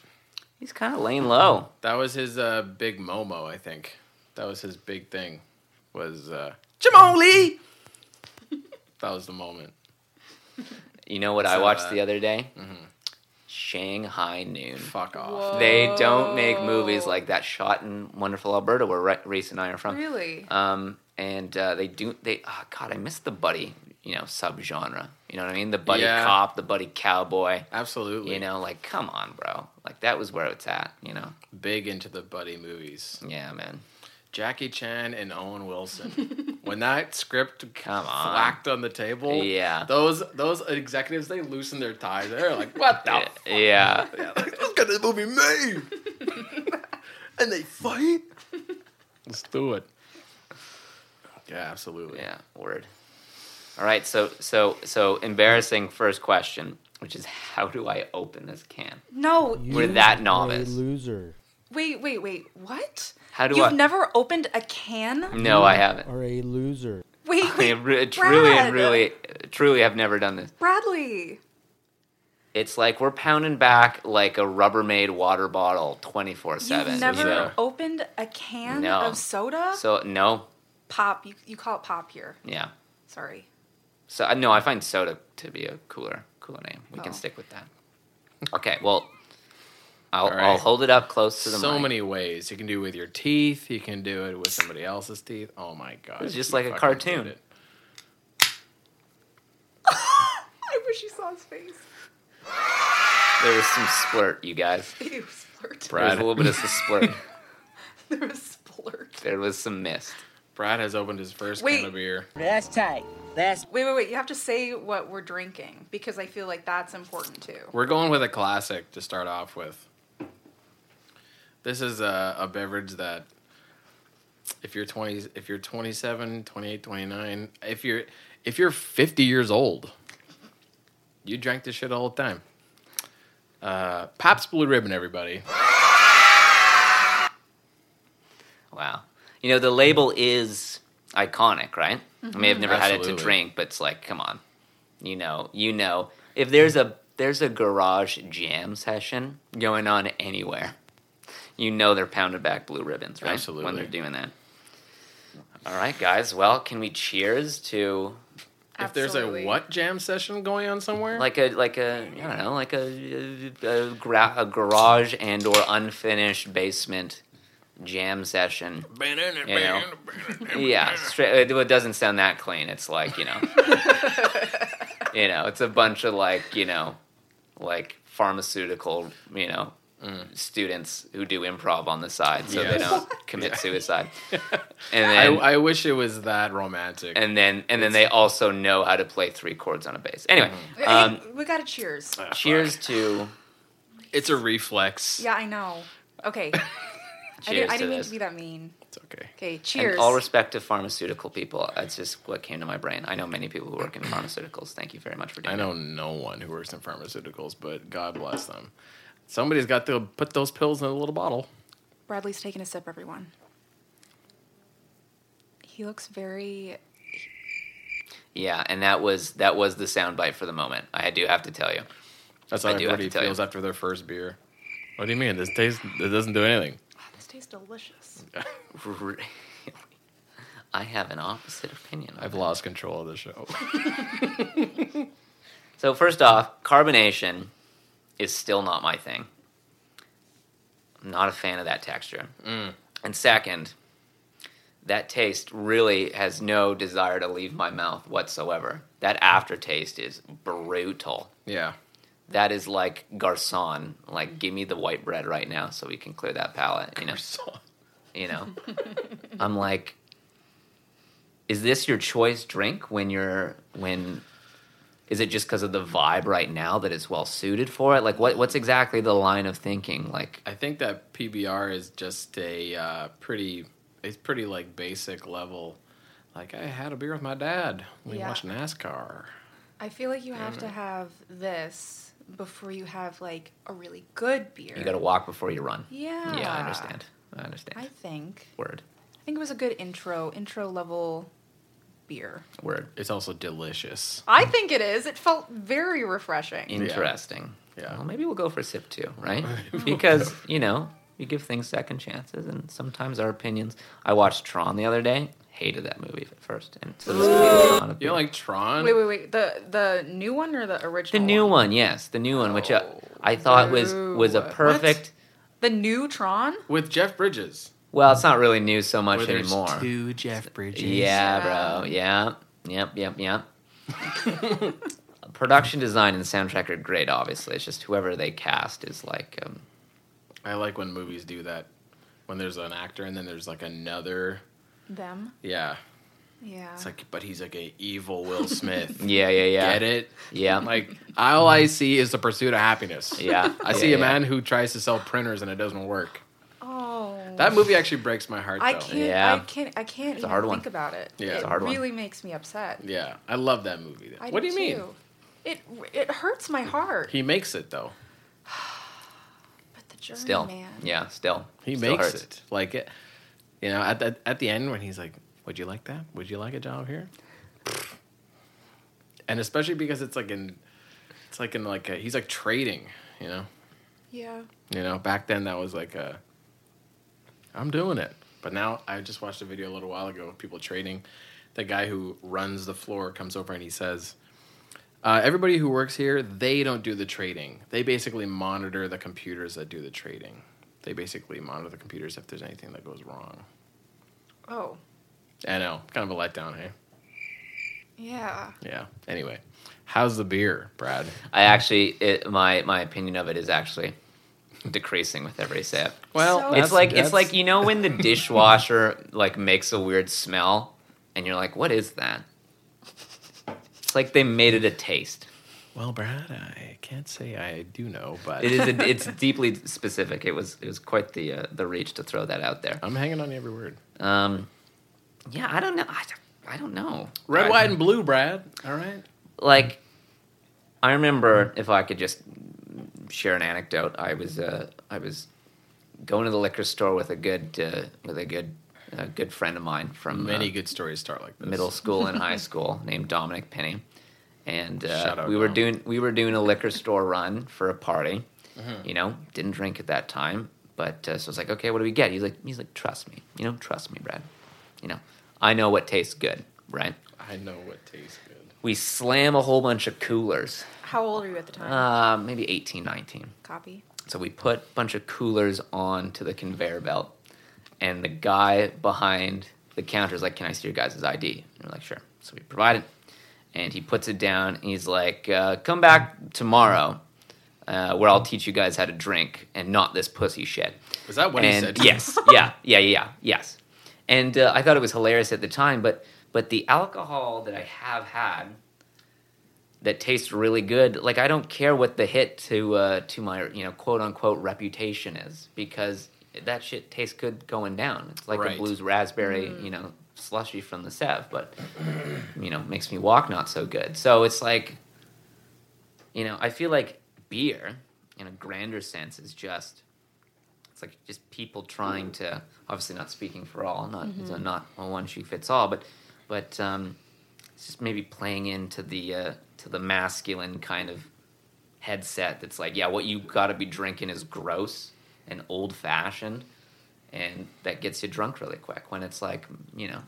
[SPEAKER 2] He's kind of laying low.
[SPEAKER 1] That was his uh, big Momo, I think. That was his big thing. Was uh, Jamon Lee. that was the moment.
[SPEAKER 2] You know what I watched
[SPEAKER 1] uh,
[SPEAKER 2] the other day? Shanghai Noon.
[SPEAKER 1] Fuck off.
[SPEAKER 2] They don't make movies like that shot in wonderful Alberta, where Ra- Reese and I are from.
[SPEAKER 4] Really?
[SPEAKER 2] Um, and uh, they do. They oh God, I miss the buddy. You know, subgenre. You know what I mean? The buddy
[SPEAKER 1] Yeah.
[SPEAKER 2] cop, the buddy cowboy.
[SPEAKER 1] Absolutely.
[SPEAKER 2] You know, like come on, bro. Like that was where it's at. You know?
[SPEAKER 1] Big into the buddy movies.
[SPEAKER 2] Yeah, man.
[SPEAKER 1] Jackie Chan and Owen Wilson. when that script
[SPEAKER 2] Come on.
[SPEAKER 1] flacked on the table,
[SPEAKER 2] Yeah.
[SPEAKER 1] those those executives they loosened their ties. They're like, what the?
[SPEAKER 2] Yeah,
[SPEAKER 1] f-"
[SPEAKER 2] yeah.
[SPEAKER 1] Yeah, like, Let's get this movie made. and they fight. Let's do it. Yeah, absolutely.
[SPEAKER 2] Yeah, word. All right, so so so embarrassing first question, which is how do I open this can?
[SPEAKER 4] No.
[SPEAKER 2] We're that novice.
[SPEAKER 9] loser
[SPEAKER 4] Wait, wait, wait. What?
[SPEAKER 2] How do
[SPEAKER 4] You've
[SPEAKER 2] I?
[SPEAKER 4] never opened a can?
[SPEAKER 2] no, I haven't.
[SPEAKER 9] or a loser.
[SPEAKER 4] Wait,
[SPEAKER 2] I
[SPEAKER 4] wait.
[SPEAKER 2] am re- truly
[SPEAKER 4] Brad.
[SPEAKER 2] and really, truly, have never done this.
[SPEAKER 4] Bradley.
[SPEAKER 2] It's like we're pounding back like a Rubbermaid water bottle twenty four
[SPEAKER 4] You've
[SPEAKER 2] seven.
[SPEAKER 4] never
[SPEAKER 2] So,
[SPEAKER 4] opened a can
[SPEAKER 2] No.
[SPEAKER 4] of soda?
[SPEAKER 2] so no,
[SPEAKER 4] pop. You, you call it pop here.
[SPEAKER 2] yeah.
[SPEAKER 4] Sorry.
[SPEAKER 2] So uh, no, I find soda to be a cooler cooler name. We
[SPEAKER 4] Oh.
[SPEAKER 2] can stick with that. Okay, well, I'll,
[SPEAKER 1] All right.
[SPEAKER 2] I'll hold it up close to the
[SPEAKER 1] So
[SPEAKER 2] mic.
[SPEAKER 1] many ways you can do it with your teeth. You can do it with somebody else's teeth. Oh my god!
[SPEAKER 2] It's just
[SPEAKER 1] you
[SPEAKER 2] like a
[SPEAKER 1] fucking
[SPEAKER 2] cartoon.
[SPEAKER 1] did it.
[SPEAKER 4] I wish you saw his face.
[SPEAKER 2] There was some splurt, you guys.
[SPEAKER 4] Ew, splurt.
[SPEAKER 2] There was a little bit of some splurt.
[SPEAKER 4] There was splurt.
[SPEAKER 2] There was some mist.
[SPEAKER 1] Brad has opened his first
[SPEAKER 4] Wait.
[SPEAKER 1] can of beer.
[SPEAKER 8] That's tight. That's
[SPEAKER 4] Wait, wait, wait. You have to say what we're drinking because I feel like that's important too.
[SPEAKER 1] We're going with a classic to start off with. This is a, a beverage that if you're 20 if you're 27, 28, 29, if you're if you're 50 years old, you drank this shit all the time. Uh, Pabst Blue Ribbon everybody.
[SPEAKER 2] Wow. You know, the label is iconic, right? I mean, I've never had it
[SPEAKER 1] Absolutely.
[SPEAKER 2] to drink, but it's like, come on. You know, you know. If there's a there's a garage jam session going on anywhere, you know they're pounding back blue ribbons, right?
[SPEAKER 1] Absolutely.
[SPEAKER 2] When they're doing that. All right, guys. Well, can we cheers to
[SPEAKER 1] If there's
[SPEAKER 4] Absolutely.
[SPEAKER 1] a what jam session going on somewhere?
[SPEAKER 2] like a like a I don't know like a a, gra- a garage and or unfinished basement jam session. You know? yeah, straight, it doesn't sound that clean. It's like you know, you know, it's a bunch of like you know, like pharmaceutical you know students who do improv on the side so they
[SPEAKER 1] Mm. Yes.
[SPEAKER 2] don't commit suicide. and
[SPEAKER 1] I,
[SPEAKER 2] then
[SPEAKER 1] I wish it was that romantic.
[SPEAKER 2] and then and then they also know how to play three chords on a bass. Anyway,
[SPEAKER 1] Mm-hmm.
[SPEAKER 4] Hey,
[SPEAKER 2] um,
[SPEAKER 4] we got to cheers.
[SPEAKER 1] Ah,
[SPEAKER 2] cheers to.
[SPEAKER 1] it's a reflex.
[SPEAKER 4] Yeah, I know. Okay. I,
[SPEAKER 2] Cheers
[SPEAKER 4] didn't, I didn't
[SPEAKER 2] to
[SPEAKER 4] mean
[SPEAKER 2] this.
[SPEAKER 4] to be that mean.
[SPEAKER 1] It's okay.
[SPEAKER 4] Okay,
[SPEAKER 2] And
[SPEAKER 4] cheers.
[SPEAKER 2] all respect to pharmaceutical people. That's just what came to my brain. I know many people who work in pharmaceuticals. Thank you very much for doing
[SPEAKER 1] I know no one who works in pharmaceuticals, but God bless them. Somebody's got to put those pills in a little bottle.
[SPEAKER 4] Bradley's taking a sip, everyone. He looks very.
[SPEAKER 2] that. Yeah, and that was that was the soundbite for the moment. I do have to tell you.
[SPEAKER 1] That's
[SPEAKER 2] I
[SPEAKER 1] how
[SPEAKER 2] do have to
[SPEAKER 1] everybody
[SPEAKER 2] tell you.
[SPEAKER 1] feels after their first beer. What do you mean? This tastes. It doesn't do anything.
[SPEAKER 4] Oh, this tastes delicious.
[SPEAKER 2] I have an opposite opinion.
[SPEAKER 1] I've lost control of the show.
[SPEAKER 2] So first off, carbonation is still not my thing. I'm not a fan of that texture. And second, that taste really has no desire to leave my mouth whatsoever. That aftertaste is brutal.
[SPEAKER 1] yeah,
[SPEAKER 2] That is like garçon, like give me the white bread right now so we can clear that palate, you know. You know. I'm like is this your choice drink when you're when is it just because of the vibe right now that it's well suited for it? Like what what's exactly the line of thinking? Like
[SPEAKER 1] I think that PBR is just a uh, pretty. It's pretty like basic level. Like I had a beer with my dad. We
[SPEAKER 4] Yeah.
[SPEAKER 1] watched NASCAR.
[SPEAKER 4] I feel like you have to have this before you have like a really good beer.
[SPEAKER 2] you got to walk before you run.
[SPEAKER 4] Yeah.
[SPEAKER 2] Yeah, I understand. I understand.
[SPEAKER 4] I think.
[SPEAKER 2] word.
[SPEAKER 4] I think it was a good intro, intro level beer.
[SPEAKER 2] Word.
[SPEAKER 1] It's also delicious.
[SPEAKER 4] I think it is. It felt very refreshing.
[SPEAKER 2] Interesting.
[SPEAKER 1] Yeah.
[SPEAKER 2] Well, maybe we'll go for sip two, right? because you know, you give things second chances, and sometimes our opinions. I watched Tron the other day. hated that movie at first, and so this movie on a
[SPEAKER 1] You don't like Tron?
[SPEAKER 4] Wait, wait, wait. The the new one or the
[SPEAKER 2] the
[SPEAKER 1] Oh,
[SPEAKER 4] original?
[SPEAKER 2] new one, yes, the new one, which uh, I thought was was a
[SPEAKER 4] What?
[SPEAKER 2] perfect.
[SPEAKER 4] The new Tron?
[SPEAKER 1] With Jeff Bridges.
[SPEAKER 2] Well, it's not really new so
[SPEAKER 1] Where
[SPEAKER 2] much
[SPEAKER 1] there's
[SPEAKER 2] anymore.
[SPEAKER 8] Two Jeff Bridges.
[SPEAKER 2] Yeah, bro. Yeah. Yep, yep, yep. Uh, Production design and soundtrack are great, obviously. It's just whoever they cast is like, um,
[SPEAKER 1] I like when movies do that. When there's an actor and then there's like another.
[SPEAKER 4] Them?
[SPEAKER 1] Yeah.
[SPEAKER 4] Yeah.
[SPEAKER 1] It's like, but he's like an evil Will Smith.
[SPEAKER 2] yeah, yeah, yeah.
[SPEAKER 1] Get it?
[SPEAKER 2] Yeah.
[SPEAKER 1] Like, all I see is the pursuit of happiness.
[SPEAKER 2] yeah.
[SPEAKER 1] I
[SPEAKER 2] yeah,
[SPEAKER 1] see a
[SPEAKER 2] yeah.
[SPEAKER 1] man who tries to sell printers and it doesn't work.
[SPEAKER 4] oh.
[SPEAKER 1] That movie actually breaks my heart, though.
[SPEAKER 4] I can't.
[SPEAKER 2] Yeah.
[SPEAKER 4] I can't. I can't
[SPEAKER 2] It's a
[SPEAKER 4] even
[SPEAKER 2] hard
[SPEAKER 4] think
[SPEAKER 2] one.
[SPEAKER 4] about it.
[SPEAKER 1] Yeah, it's
[SPEAKER 4] it
[SPEAKER 1] a
[SPEAKER 2] hard one.
[SPEAKER 4] really makes me upset.
[SPEAKER 1] Yeah, I love that movie. Though.
[SPEAKER 4] I
[SPEAKER 1] what do you mean?
[SPEAKER 4] too. It it hurts my heart.
[SPEAKER 1] He makes it though.
[SPEAKER 4] but the journey,
[SPEAKER 2] Still.
[SPEAKER 4] Oh, man.
[SPEAKER 2] Yeah, still.
[SPEAKER 1] He
[SPEAKER 2] Still
[SPEAKER 1] makes
[SPEAKER 2] hurts.
[SPEAKER 1] it. Like it, you know, at the at the end when he's like, "Would you like that? Would you like a job here?" And especially because it's like in, it's like in like a, he's like trading. You know,
[SPEAKER 4] Yeah.
[SPEAKER 1] you know. Back then that was like a, I'm doing it. But now I just watched a video a little while ago of people trading. The guy who runs the floor comes over and he says, uh, "Everybody who works here, they don't do the trading. They basically monitor the computers that do the trading. They basically monitor the computers if there's anything that goes wrong."
[SPEAKER 4] Oh.
[SPEAKER 1] I know, kind of a letdown, hey?
[SPEAKER 4] Yeah.
[SPEAKER 1] Yeah. Anyway, how's the beer, Brad?
[SPEAKER 2] I actually, it, my my opinion of it is actually decreasing with every sip.
[SPEAKER 4] Well,
[SPEAKER 1] Well,
[SPEAKER 4] So-
[SPEAKER 2] it's like it's like you know when the dishwasher like makes a weird smell, and you're like, "What is that?" It's like they made it a taste.
[SPEAKER 1] well, Brad. I can't say I do know, but
[SPEAKER 2] It is. A, it's deeply specific. It was. It was quite the uh, the reach to throw that out there.
[SPEAKER 1] I'm hanging on every word.
[SPEAKER 2] Um, yeah, I don't know. I, I don't know.
[SPEAKER 1] Red,
[SPEAKER 2] I-
[SPEAKER 1] white, and blue, Brad. All right.
[SPEAKER 2] like I remember if I could just share an anecdote. I was uh, I was going to the liquor store with a good uh, with a good a good friend of mine from uh,
[SPEAKER 1] Many good stories start like this.
[SPEAKER 2] middle school and high school named Dominic Penny, and
[SPEAKER 1] Shout
[SPEAKER 2] uh,
[SPEAKER 1] out,
[SPEAKER 2] we were
[SPEAKER 1] Dom.
[SPEAKER 2] doing we were doing a liquor store run for a party.
[SPEAKER 1] Mm-hmm.
[SPEAKER 2] You know, didn't drink at that time, but uh, so I was like, okay, what do we get? He's like, he's like, trust me, you know, trust me, Brad. You know, I know what tastes good, right?
[SPEAKER 1] I know what tastes good.
[SPEAKER 2] We slam a whole bunch of coolers,
[SPEAKER 4] How old are you at the time?
[SPEAKER 2] uh, maybe 18, 19.
[SPEAKER 4] Copy.
[SPEAKER 2] So we put a bunch of coolers onto the conveyor belt, and the guy behind the counter is like, "Can I see your guys' ID?" And we're like, "Sure." So we provide it, and he puts it down, and he's like, uh, "Come back tomorrow, uh, where I'll teach you guys how to drink and not this pussy shit."
[SPEAKER 1] Was that what he
[SPEAKER 2] and
[SPEAKER 1] said?
[SPEAKER 2] yes, yeah, yeah, yeah, yeah, yes. And uh, I thought it was hilarious at the time, but but the alcohol that I have had that tastes really good. Like I don't care what the hit to uh, to my you know quote unquote reputation is because that shit tastes good going down. It's like
[SPEAKER 1] Right.
[SPEAKER 2] a blues raspberry you know slushy from the Sev, but you know makes me walk not so good. So it's like you know I feel like beer in a grander sense is just it's like just people trying to obviously not speaking for all, not it's not a one shoe fits all, but but um, it's just maybe playing into the uh, to the masculine kind of headset that's like, yeah, what you got to be drinking is gross and old fashioned, and that gets you drunk really quick. When it's like, you know,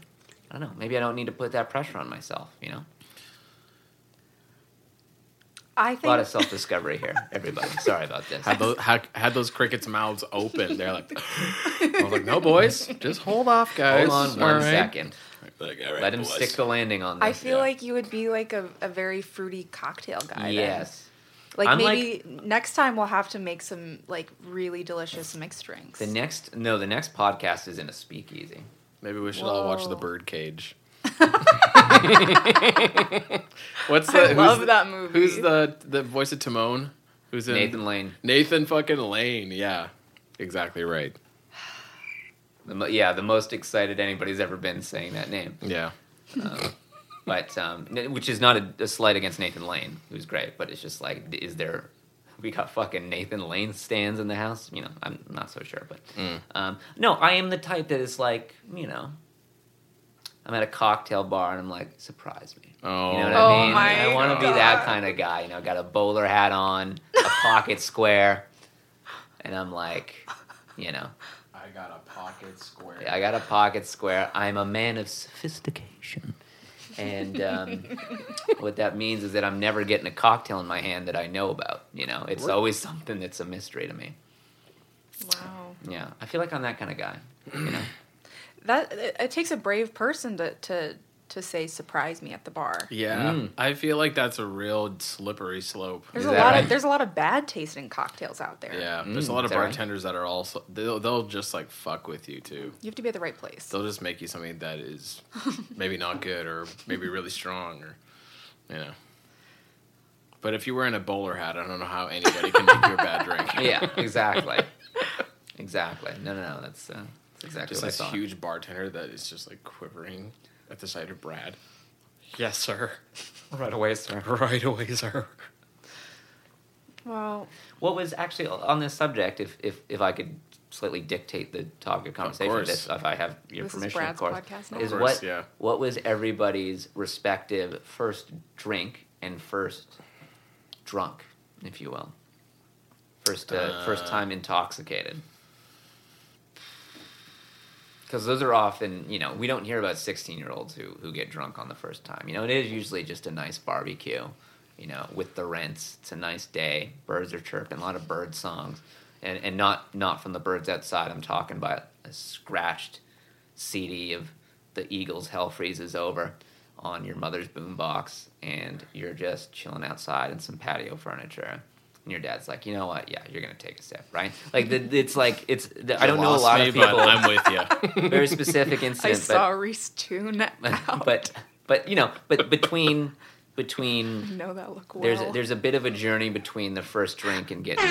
[SPEAKER 2] I don't know, maybe I don't need to put that pressure on myself. You know,
[SPEAKER 4] I
[SPEAKER 2] a lot of
[SPEAKER 4] think
[SPEAKER 2] self discovery here, everybody. Sorry about this.
[SPEAKER 1] Had those, had, had those crickets' mouths open. They're like, I was like, no, boys, just hold off, guys.
[SPEAKER 2] Hold on
[SPEAKER 1] All
[SPEAKER 2] one
[SPEAKER 1] right."
[SPEAKER 2] second.
[SPEAKER 1] Like, all right,
[SPEAKER 2] Let him
[SPEAKER 1] boys.
[SPEAKER 2] stick the landing on this.
[SPEAKER 4] I feel like you would be like a, a very fruity cocktail guy. then.
[SPEAKER 2] yes.
[SPEAKER 4] Like
[SPEAKER 2] I'm
[SPEAKER 4] maybe next time we'll have to make some like really delicious mixed drinks.
[SPEAKER 2] The next no, the next podcast is in a speakeasy.
[SPEAKER 1] Maybe we should all watch
[SPEAKER 4] Whoa.
[SPEAKER 1] The Birdcage. What's the,
[SPEAKER 4] I
[SPEAKER 1] who's
[SPEAKER 4] love
[SPEAKER 1] the-
[SPEAKER 4] that movie.
[SPEAKER 1] Who's the the voice of Timon? Who's in
[SPEAKER 2] Nathan Lane.
[SPEAKER 1] Nathan fucking Lane? Yeah, exactly right.
[SPEAKER 2] The mo- yeah, the most excited anybody's ever been saying that name.
[SPEAKER 1] Yeah,
[SPEAKER 2] But um, n- which is not a, a slight against Nathan Lane, who's great. But it's just like, is there? We got fucking Nathan Lane stands in the house. You know, I'm not so sure. But um, no, I am the type that is like, you know, I'm at a cocktail bar and I'm like, surprise me.
[SPEAKER 1] Oh.
[SPEAKER 2] you know what
[SPEAKER 4] Oh
[SPEAKER 2] I mean?
[SPEAKER 4] my
[SPEAKER 2] I want to be that
[SPEAKER 4] God.
[SPEAKER 2] kind of guy. You know, got a bowler hat on, a pocket square, and I'm like, you know,
[SPEAKER 1] I got a pocket square.
[SPEAKER 2] I got a pocket square. I'm a man of sophistication. And um, what that means is that I'm never getting a cocktail in my hand that I know about. You know, it's always something that's a mystery to me.
[SPEAKER 4] Wow.
[SPEAKER 2] Yeah, I feel like I'm that kind of guy.
[SPEAKER 4] That it, it takes a brave person to to to say surprise me at the bar.
[SPEAKER 1] Yeah,
[SPEAKER 2] Mm.
[SPEAKER 1] I feel like that's a real slippery slope.
[SPEAKER 4] There's
[SPEAKER 2] Is
[SPEAKER 4] a
[SPEAKER 2] that
[SPEAKER 4] lot
[SPEAKER 2] right?
[SPEAKER 4] of there's a lot of bad tasting cocktails out there.
[SPEAKER 1] Yeah, there's a
[SPEAKER 2] Mm,
[SPEAKER 1] lot
[SPEAKER 2] is
[SPEAKER 1] of
[SPEAKER 2] that right?
[SPEAKER 1] bartenders that are also they'll, they'll just like fuck with you too.
[SPEAKER 4] You have to be at the right place.
[SPEAKER 1] They'll just make you something that is maybe not good or maybe really strong or you know. But if you were in a bowler hat, I don't know how anybody can make you a bad drink.
[SPEAKER 2] Yeah, exactly. exactly. No, no, no. That's, uh, that's exactly
[SPEAKER 1] Just
[SPEAKER 2] what I
[SPEAKER 1] this
[SPEAKER 2] thought.
[SPEAKER 1] huge bartender that is just like quivering at the sight of Brad. Yes, sir.
[SPEAKER 2] right away, sir.
[SPEAKER 1] Right away, sir.
[SPEAKER 4] Well,
[SPEAKER 2] What was actually on this subject, if if, if I could slightly dictate the topic of conversation,
[SPEAKER 1] course.
[SPEAKER 2] this, if I have your
[SPEAKER 4] This is
[SPEAKER 2] permission,
[SPEAKER 4] Brad's
[SPEAKER 2] of course,
[SPEAKER 4] podcast now.
[SPEAKER 2] is
[SPEAKER 1] Of course,
[SPEAKER 2] what
[SPEAKER 1] yeah.
[SPEAKER 2] what was everybody's respective first drink and first drunk, if you will, first uh, first time intoxicated. Because those are often, you know, we don't hear about sixteen-year-olds who who get drunk on the first time. You know, it is usually just a nice barbecue, you know, with the rents. It's a nice day. Birds are chirping. A lot of bird songs, and and not not from the birds outside. I'm talking about a scratched CD of the Eagles' "Hell Freezes Over" on your mother's boombox, and you're just chilling outside in some patio furniture. And your dad's like, you know what? Yeah, you're gonna take a sip, right? Like, the, it's like it's. The, I don't know a
[SPEAKER 1] Lost
[SPEAKER 2] lot
[SPEAKER 1] me,
[SPEAKER 2] of people.
[SPEAKER 1] but I'm with you.
[SPEAKER 2] very specific
[SPEAKER 4] I
[SPEAKER 2] incident,
[SPEAKER 4] saw Reese tune
[SPEAKER 2] but
[SPEAKER 4] out.
[SPEAKER 2] but but you know, but between between
[SPEAKER 4] know that look well.
[SPEAKER 2] there's a, there's a bit of a journey between the first drink and getting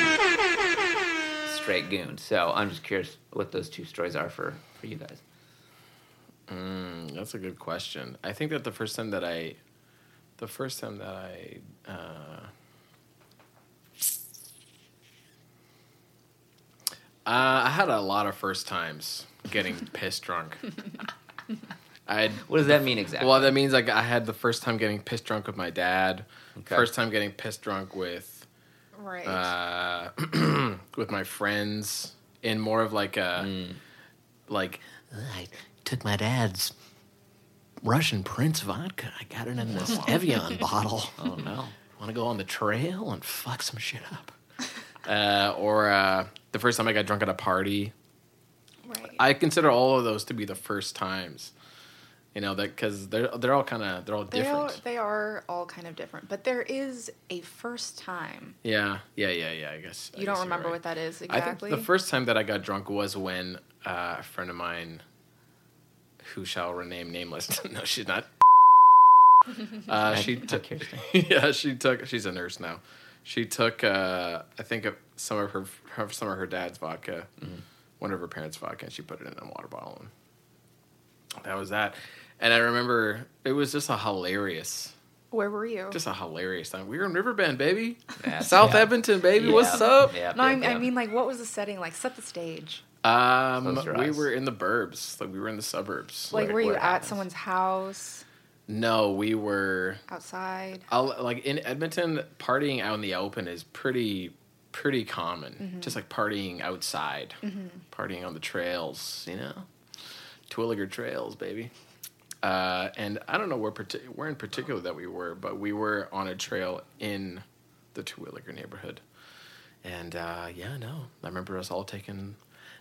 [SPEAKER 2] straight gooned. So I'm just curious what those two stories are for for you guys.
[SPEAKER 1] That's a good question. I think that the first time that I, the first time that I, uh, uh, I had a lot of first times getting pissed drunk. I had
[SPEAKER 2] What does that mean exactly?
[SPEAKER 1] well, that means like I had the first time getting pissed drunk with my dad.
[SPEAKER 2] Okay.
[SPEAKER 1] First time getting pissed drunk with
[SPEAKER 4] right.
[SPEAKER 1] uh, with my friends in more of like a
[SPEAKER 2] Mm.
[SPEAKER 1] like
[SPEAKER 9] I took my dad's Russian Prince vodka. I got it in this Evian bottle.
[SPEAKER 2] oh no.
[SPEAKER 1] want to go on the trail and fuck some shit up. uh, or uh, the first time I got drunk at a party.
[SPEAKER 4] right.
[SPEAKER 1] I consider all of those to be the first times. You know that because they're they're all kind of they're all
[SPEAKER 4] they
[SPEAKER 1] different.
[SPEAKER 4] are they are all kind of different, but there is a first time.
[SPEAKER 1] yeah, yeah, yeah, yeah. I guess I
[SPEAKER 4] You
[SPEAKER 1] guess
[SPEAKER 4] don't
[SPEAKER 1] you're
[SPEAKER 4] remember
[SPEAKER 1] right.
[SPEAKER 4] what that is
[SPEAKER 1] I
[SPEAKER 4] exactly.
[SPEAKER 1] think the first time that I got drunk was when uh, a friend of mine, who shall remain nameless, no, she's not. uh, she took, yeah, she took. She's a nurse now. She took, uh, I think, of some of her, her some of her dad's vodka,
[SPEAKER 2] Mm-hmm.
[SPEAKER 1] one of her parents' vodka, and she put it in a water bottle. And that was that. And I remember it was just a hilarious,
[SPEAKER 4] Where were you?
[SPEAKER 1] just a hilarious time. We were in Riverbend, baby,
[SPEAKER 2] That's-
[SPEAKER 1] South
[SPEAKER 2] yeah.
[SPEAKER 1] Edmonton, baby.
[SPEAKER 2] Yeah.
[SPEAKER 1] What's up?
[SPEAKER 2] Yeah,
[SPEAKER 4] no,
[SPEAKER 2] yeah,
[SPEAKER 4] I, I
[SPEAKER 2] yeah.
[SPEAKER 4] mean like what was the setting like? Set the stage.
[SPEAKER 1] Um,
[SPEAKER 2] Close your
[SPEAKER 1] we
[SPEAKER 2] eyes.
[SPEAKER 1] were in the burbs. Like we were in the suburbs.
[SPEAKER 4] Like
[SPEAKER 2] Where-
[SPEAKER 4] were you
[SPEAKER 2] where
[SPEAKER 4] at
[SPEAKER 2] happens?
[SPEAKER 4] someone's house
[SPEAKER 1] no, we were.
[SPEAKER 4] outside?
[SPEAKER 1] I'll, like in Edmonton, partying out in the open is pretty pretty common. Just like partying outside, partying on the trails, you know, Twilliger trails, baby. Uh, and I don't know where parti- where in particular that we were, but we were on a trail in the Twilliger neighborhood. And uh, yeah, no, I remember us all taking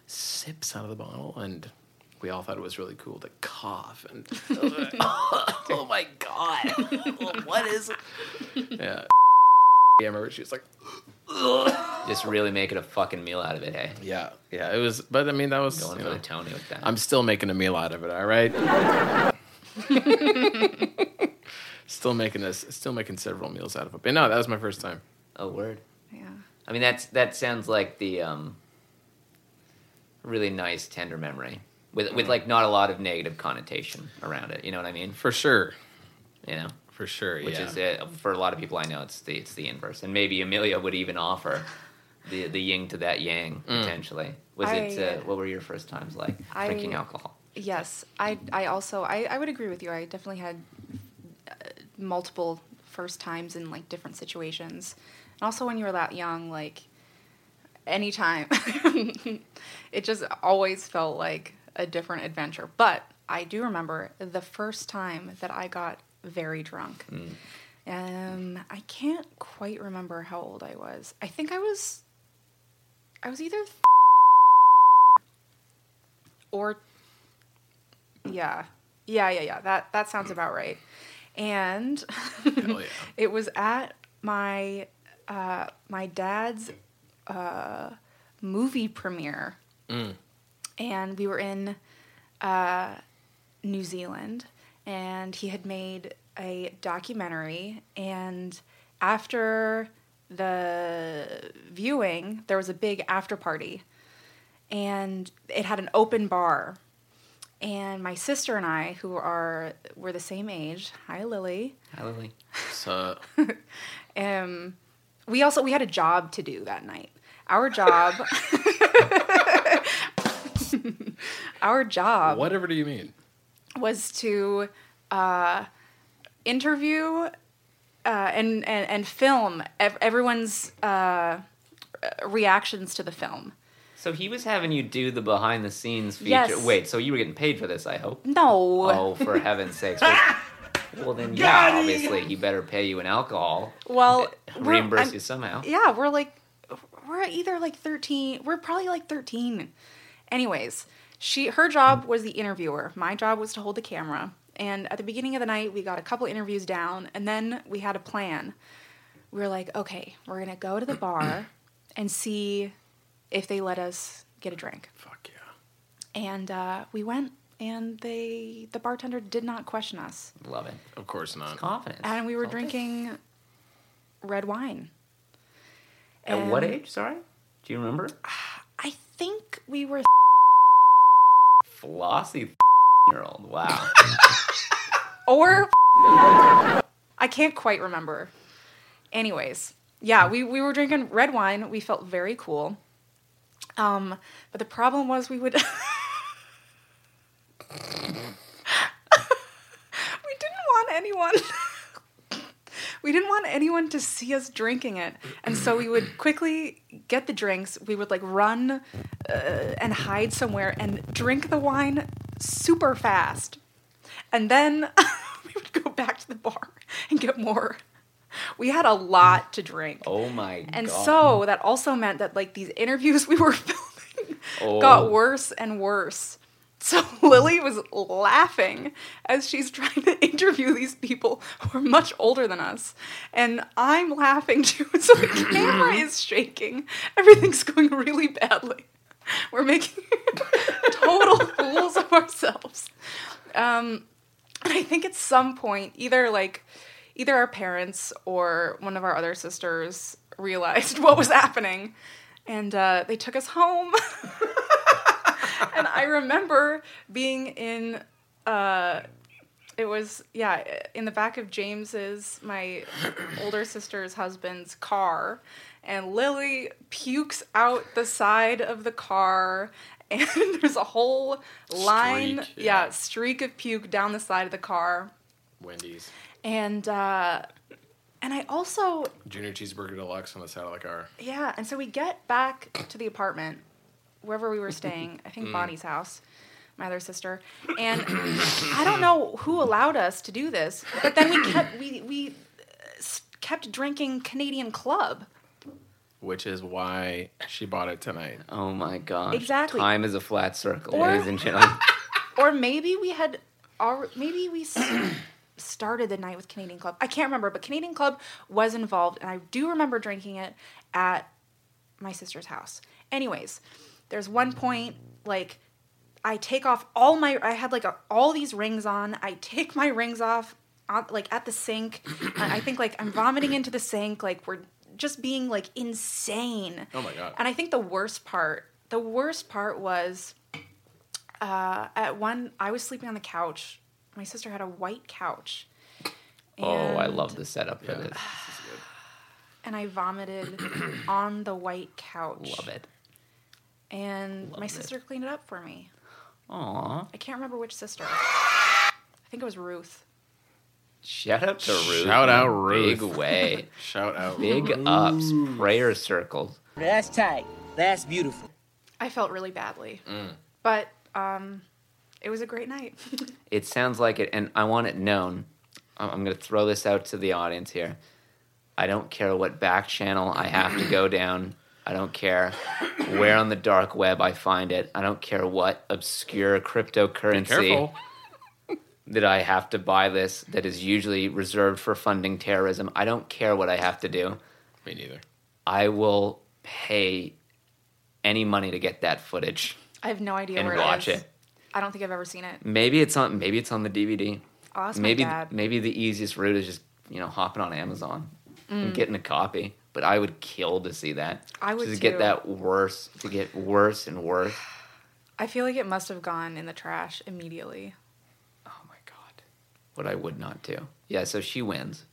[SPEAKER 1] sips out of the bottle, and we all thought it was really cool to cough. And oh my god, what is? Yeah, yeah, I remember she was like,
[SPEAKER 2] Just really making a fucking meal out of it, hey.
[SPEAKER 1] yeah, yeah. It was, but I mean, that was.
[SPEAKER 2] Going
[SPEAKER 1] you
[SPEAKER 2] for
[SPEAKER 1] know,
[SPEAKER 2] the Tony with that.
[SPEAKER 1] I'm still making a meal out of it. All right. still making this. Still making several meals out of it. But no, that was my first time.
[SPEAKER 2] a word.
[SPEAKER 4] Yeah.
[SPEAKER 2] I mean, that's that sounds like the um, really nice tender memory with with like not a lot of negative connotation around it. You know what I mean?
[SPEAKER 1] For sure.
[SPEAKER 2] You know,
[SPEAKER 1] For sure.
[SPEAKER 2] which
[SPEAKER 1] yeah.
[SPEAKER 2] is it for a lot of people I know. It's the it's the inverse, and maybe Amelia would even offer the the yin to that yang potentially. Was it
[SPEAKER 4] Mm. I-
[SPEAKER 2] uh, what were your first times like
[SPEAKER 4] I-
[SPEAKER 2] drinking alcohol?
[SPEAKER 4] Yes, I I also I I would agree with you. I definitely had uh, multiple first times in like different situations, and also when you were that young, like anytime. it just always felt like a different adventure. But I do remember the first time that I got very drunk. Um, I can't quite remember how old I was. I think I was, I was either or, yeah, yeah, yeah, yeah. That that sounds about right. And
[SPEAKER 1] Hell yeah.
[SPEAKER 4] it was at my uh, my dad's uh, movie premiere,
[SPEAKER 1] Mm.
[SPEAKER 4] and we were in uh, New Zealand, and he had made a documentary. And after the viewing, there was a big after party, and it had an open bar. And my sister and I, who are were the same age, hi Lily.
[SPEAKER 2] Hallelujah.
[SPEAKER 1] So
[SPEAKER 4] Um, we also we had a job to do that night. Our job, our
[SPEAKER 2] Um,
[SPEAKER 4] job
[SPEAKER 1] whatever do you mean?
[SPEAKER 4] was to uh, interview uh, and, and and film ev- everyone's uh, reactions to the film.
[SPEAKER 2] So he was having you do the behind the scenes feature.
[SPEAKER 4] Yes.
[SPEAKER 2] Wait, so you were getting paid for this, I hope.
[SPEAKER 4] No,
[SPEAKER 2] Oh, for heaven's sakes. Well, well, then, yeah, obviously, he better pay you in alcohol,
[SPEAKER 4] well, we're-
[SPEAKER 2] reimburse
[SPEAKER 4] I'm-
[SPEAKER 2] you somehow.
[SPEAKER 4] yeah, we're like, we're either like 13, we're probably like 13. Anyways, she her job was the interviewer. My job was to hold the camera. And at the beginning of the night, we got a couple interviews down, and then we had a plan. We were like, okay, we're gonna go to the bar and see if they let us get a drink.
[SPEAKER 1] Fuck yeah.
[SPEAKER 4] And uh, we went, and they the bartender did not question us,
[SPEAKER 2] Love it.
[SPEAKER 1] Of course not.
[SPEAKER 2] Confidence.
[SPEAKER 4] and we were
[SPEAKER 2] Don't they?
[SPEAKER 4] drinking red wine.
[SPEAKER 2] At what
[SPEAKER 4] And-
[SPEAKER 2] age? Sorry? Do you remember?
[SPEAKER 4] I think we were
[SPEAKER 2] Flossy year old. Wow.
[SPEAKER 4] or I can't quite remember. Anyways, yeah, we, we were drinking red wine. We felt very cool. Um, but the problem was we would we didn't want anyone we didn't want anyone to see us drinking it. And so we would quickly get the drinks, we would like run uh, and hide somewhere and drink the wine super fast. And then we would go back to the bar and get more. We had a lot to drink.
[SPEAKER 2] Oh my god.
[SPEAKER 4] and so that also meant that like these interviews we were filming
[SPEAKER 2] Oh.
[SPEAKER 4] got worse and worse. So Lily was laughing as she's trying to interview these people who are much older than us. And I'm laughing too. So the camera is shaking. Everything's going really badly. We're making total fools of ourselves. Um, and I think at some point, either like either our parents or one of our other sisters realized what was happening, and uh, they took us home. and I remember being in. Uh, it was yeah in the back of James's my older sister's husband's car and Lily pukes out the side of the car and there's a whole line
[SPEAKER 1] Streak, yeah.
[SPEAKER 4] yeah streak of puke down the side of the car
[SPEAKER 1] Wendy's.
[SPEAKER 4] and uh and i also
[SPEAKER 1] Junior cheeseburger deluxe on the side of the car.
[SPEAKER 4] yeah and so we get back to the apartment wherever we were staying i think bonnie's house my other sister and i don't know who allowed us to do this but then we kept we we uh, s- kept drinking canadian club
[SPEAKER 1] Which is why she bought it tonight.
[SPEAKER 2] Oh my gosh.
[SPEAKER 4] Exactly.
[SPEAKER 2] Time is a flat circle,
[SPEAKER 4] Or-
[SPEAKER 2] ladies and gentlemen.
[SPEAKER 4] or maybe we had already, maybe we s- started the night with Canadian Club. I can't remember, but Canadian Club was involved, and I do remember drinking it at my sister's house. Anyways, there's one point like I take off all my I had like a, all these rings on. I take my rings off on, like at the sink. I I think like I'm vomiting into the sink. Like we're just being like insane.
[SPEAKER 1] Oh my God.
[SPEAKER 4] And I think the worst part, the worst part was uh, at one I was sleeping on the couch. My sister had a white couch.
[SPEAKER 2] Oh, I
[SPEAKER 4] And-
[SPEAKER 2] love the setup for this.
[SPEAKER 4] And I vomited on the white couch.
[SPEAKER 2] Love it.
[SPEAKER 4] And my
[SPEAKER 2] it.
[SPEAKER 4] sister cleaned it up for me.
[SPEAKER 2] Aw.
[SPEAKER 4] I can't remember which sister. I think it was Ruth.
[SPEAKER 2] Shout out to Ruth.
[SPEAKER 1] Shout out
[SPEAKER 2] in a
[SPEAKER 1] Ruth.
[SPEAKER 2] Big way.
[SPEAKER 1] Shout out.
[SPEAKER 4] Mm.
[SPEAKER 2] Big ups. Prayer circles.
[SPEAKER 8] That's tight. That's beautiful.
[SPEAKER 4] I felt really badly,
[SPEAKER 2] Mm.
[SPEAKER 4] but um, it was a great night.
[SPEAKER 2] It sounds like it, and I want it known. I'm, I'm going to throw this out to the audience here. I don't care what back channel I have to go down. I don't care where on the dark web I find it. I don't care what obscure cryptocurrency
[SPEAKER 1] Careful.
[SPEAKER 2] that I have to buy this that is usually reserved for funding terrorism. I don't care what I have to do.
[SPEAKER 1] Me neither.
[SPEAKER 2] I will pay any money to get that footage
[SPEAKER 4] I have no idea
[SPEAKER 2] and
[SPEAKER 4] where
[SPEAKER 2] watch
[SPEAKER 4] it is.
[SPEAKER 2] it.
[SPEAKER 4] I don't think I've ever seen it.
[SPEAKER 2] Maybe it's on maybe it's on the DVD.
[SPEAKER 4] I'll ask my
[SPEAKER 2] maybe
[SPEAKER 4] dad.
[SPEAKER 2] maybe the easiest route is just, you know, hopping on Amazon and getting a copy. But I would kill to see that.
[SPEAKER 4] Mm. I would
[SPEAKER 2] to get
[SPEAKER 4] too.
[SPEAKER 2] that worse, to get worse and worse.
[SPEAKER 4] I feel like it must have gone in the trash immediately.
[SPEAKER 2] Oh my god. What I would not do. Yeah, so she wins.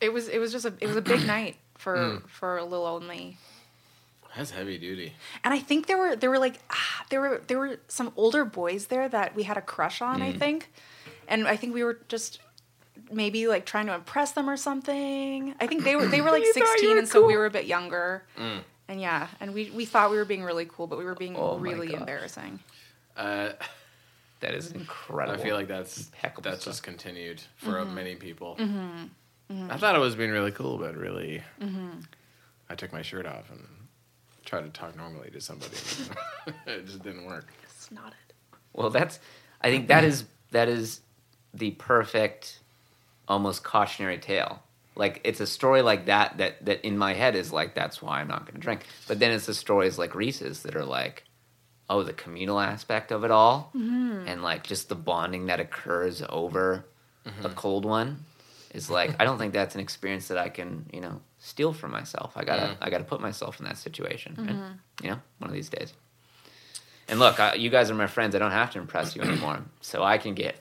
[SPEAKER 4] It was it was just a it was a big night for
[SPEAKER 2] Mm.
[SPEAKER 4] for little old me.
[SPEAKER 1] That's heavy duty.
[SPEAKER 4] And I think there were there were like ah, there were there were some older boys there that we had a crush on,
[SPEAKER 2] Mm.
[SPEAKER 4] I think. And I think we were just maybe like trying to impress them or something. I think they were they were like 16 and so we were a bit younger. And yeah, and we we thought we were being really cool, but we were being
[SPEAKER 2] Mm. Oh my
[SPEAKER 4] really
[SPEAKER 2] gosh.
[SPEAKER 4] embarrassing.
[SPEAKER 1] Uh,
[SPEAKER 2] That
[SPEAKER 4] Mm.
[SPEAKER 2] is incredible.
[SPEAKER 1] I feel like that's
[SPEAKER 2] Impeccable
[SPEAKER 1] that's
[SPEAKER 2] stuff. Mm-hmm.
[SPEAKER 1] just continued for many people. I thought it was being really cool, but really,
[SPEAKER 2] Mm-hmm.
[SPEAKER 1] I took my shirt off and tried to talk normally to somebody. it just didn't work.
[SPEAKER 4] It's not it.
[SPEAKER 2] Well, that's. I think that is that is the perfect, almost cautionary tale. Like it's a story like that that that in my head is like that's why I'm not going to drink. But then it's the stories like Reese's that are like, oh, the communal aspect of it all,
[SPEAKER 4] Mm-hmm.
[SPEAKER 2] and like just the bonding that occurs over a cold one is like I don't think that's an experience that I can you know steal for myself. I gotta I gotta put myself in that situation. right?
[SPEAKER 4] Mm-hmm.
[SPEAKER 2] You know, one of these days. And look, I, you guys are my friends. I don't have to impress you anymore, so I can get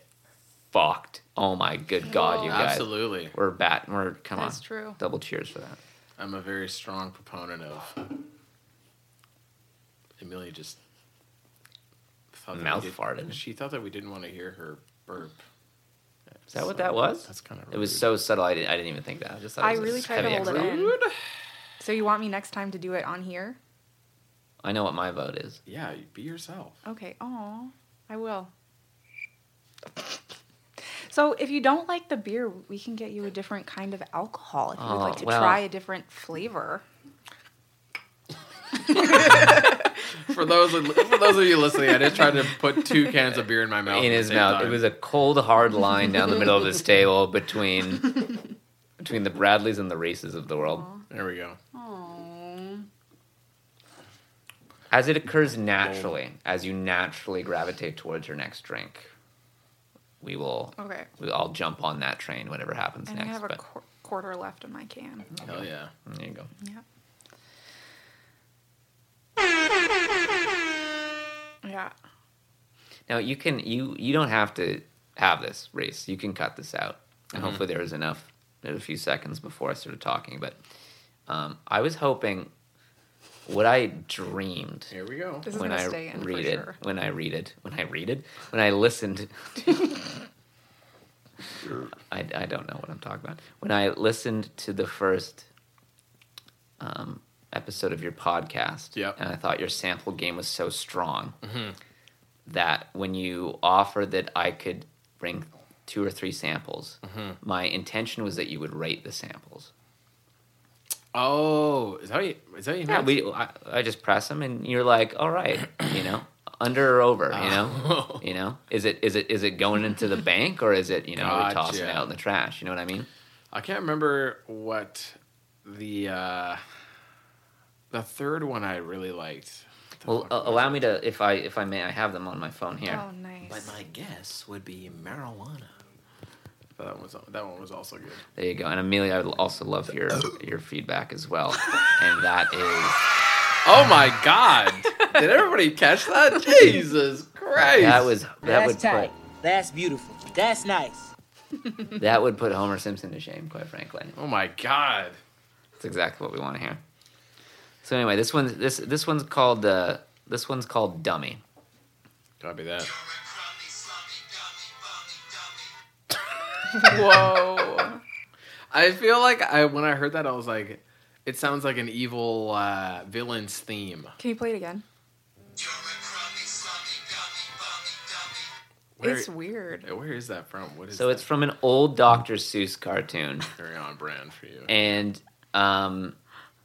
[SPEAKER 2] fucked. Oh my good god, you guys!
[SPEAKER 1] Absolutely,
[SPEAKER 2] We're bat. We're come
[SPEAKER 4] That's
[SPEAKER 2] on.
[SPEAKER 4] true.
[SPEAKER 2] Double cheers for that.
[SPEAKER 1] I'm a very strong proponent of. Amelia just thought that we
[SPEAKER 2] Mouth
[SPEAKER 1] did-
[SPEAKER 2] farted.
[SPEAKER 1] She thought that we didn't want to hear her burp.
[SPEAKER 2] Is that what that was?
[SPEAKER 1] That's kind of
[SPEAKER 2] It was so subtle. I didn't. I didn't even think that. I just. Thought it
[SPEAKER 4] I
[SPEAKER 2] was a
[SPEAKER 4] really tried to
[SPEAKER 2] heavy
[SPEAKER 4] hold it
[SPEAKER 2] exhale.
[SPEAKER 4] in. So you want me next time to do it on here?
[SPEAKER 2] I know what my vote is.
[SPEAKER 1] Yeah, you be yourself.
[SPEAKER 4] Okay. Oh, I will. So if you don't like the beer, we can get you a different kind of alcohol if you would like
[SPEAKER 2] Oh,
[SPEAKER 4] to
[SPEAKER 2] well.
[SPEAKER 4] try a different flavor.
[SPEAKER 1] For those for those of you listening, I just tried to put two cans of beer in my mouth
[SPEAKER 2] in
[SPEAKER 1] at
[SPEAKER 2] his
[SPEAKER 1] the same
[SPEAKER 2] mouth.
[SPEAKER 1] time.
[SPEAKER 2] It was a cold, hard line down the middle of this table between between the Bradleys and the Races of the world.
[SPEAKER 1] there we go.
[SPEAKER 2] As it occurs naturally, as you naturally gravitate towards your next drink, we will.
[SPEAKER 4] Okay.
[SPEAKER 2] We all jump on that train, whatever happens
[SPEAKER 4] And I
[SPEAKER 2] next.
[SPEAKER 4] have a
[SPEAKER 2] But
[SPEAKER 4] qu- quarter left in my can.
[SPEAKER 1] Hell yeah.
[SPEAKER 2] there you go.
[SPEAKER 4] Yeah. Yeah.
[SPEAKER 2] Now you can you you don't have to have this race. You can cut this out, and hopefully there was enough. There was a few seconds before I started talking, but um, I was hoping what I dreamed
[SPEAKER 1] Here we go.
[SPEAKER 4] This is
[SPEAKER 2] when
[SPEAKER 4] gonna
[SPEAKER 2] I
[SPEAKER 4] stay in
[SPEAKER 2] read
[SPEAKER 4] for
[SPEAKER 2] it.
[SPEAKER 4] sure.
[SPEAKER 2] When I read it. When I read it. When I listened. I, I don't know what I'm talking about. When I listened to the first um, episode of your podcast,
[SPEAKER 1] Yep.
[SPEAKER 2] and I thought your sample game was so strong that when you offered that I could bring two or three samples, my intention was that you would rate the samples.
[SPEAKER 1] Oh, is that what you, is that what you
[SPEAKER 2] Yeah,
[SPEAKER 1] meant?
[SPEAKER 2] we. I, I just press them, and you're like, all right, you know, under or over, you know, you know, is it is it is it going into the bank or is it you know we toss it
[SPEAKER 1] Gotcha.
[SPEAKER 2] out in the trash? You know what I mean?
[SPEAKER 1] I can't remember what the uh, the third one I really liked.
[SPEAKER 2] Well, uh, allow me to, if I if I may, I have them on my phone here.
[SPEAKER 4] Oh, nice.
[SPEAKER 9] But my guess would be marijuana.
[SPEAKER 1] That one was that one was also good.
[SPEAKER 2] There you go. And Amelia, I would also love your your feedback as well. And that is
[SPEAKER 1] Oh my god! Did everybody catch that? Jesus Christ!
[SPEAKER 2] that was that
[SPEAKER 8] That's
[SPEAKER 2] would
[SPEAKER 8] tight.
[SPEAKER 2] put,
[SPEAKER 8] That's beautiful. That's nice.
[SPEAKER 2] that would put Homer Simpson to shame, quite frankly.
[SPEAKER 1] Oh my god!
[SPEAKER 2] That's exactly what we want to hear. So anyway, this one's this this one's called uh, this one's called Dummy.
[SPEAKER 1] Copy that.
[SPEAKER 4] Whoa.
[SPEAKER 1] I feel like I when I heard that I was like, It sounds like an evil uh, villain's theme.
[SPEAKER 4] Can you play it again?
[SPEAKER 1] Where- eh,
[SPEAKER 4] it's weird.
[SPEAKER 1] Where is that from? What is
[SPEAKER 2] So
[SPEAKER 1] that?
[SPEAKER 2] it's from an old Dr. Seuss cartoon.
[SPEAKER 1] very on brand for you.
[SPEAKER 2] and um,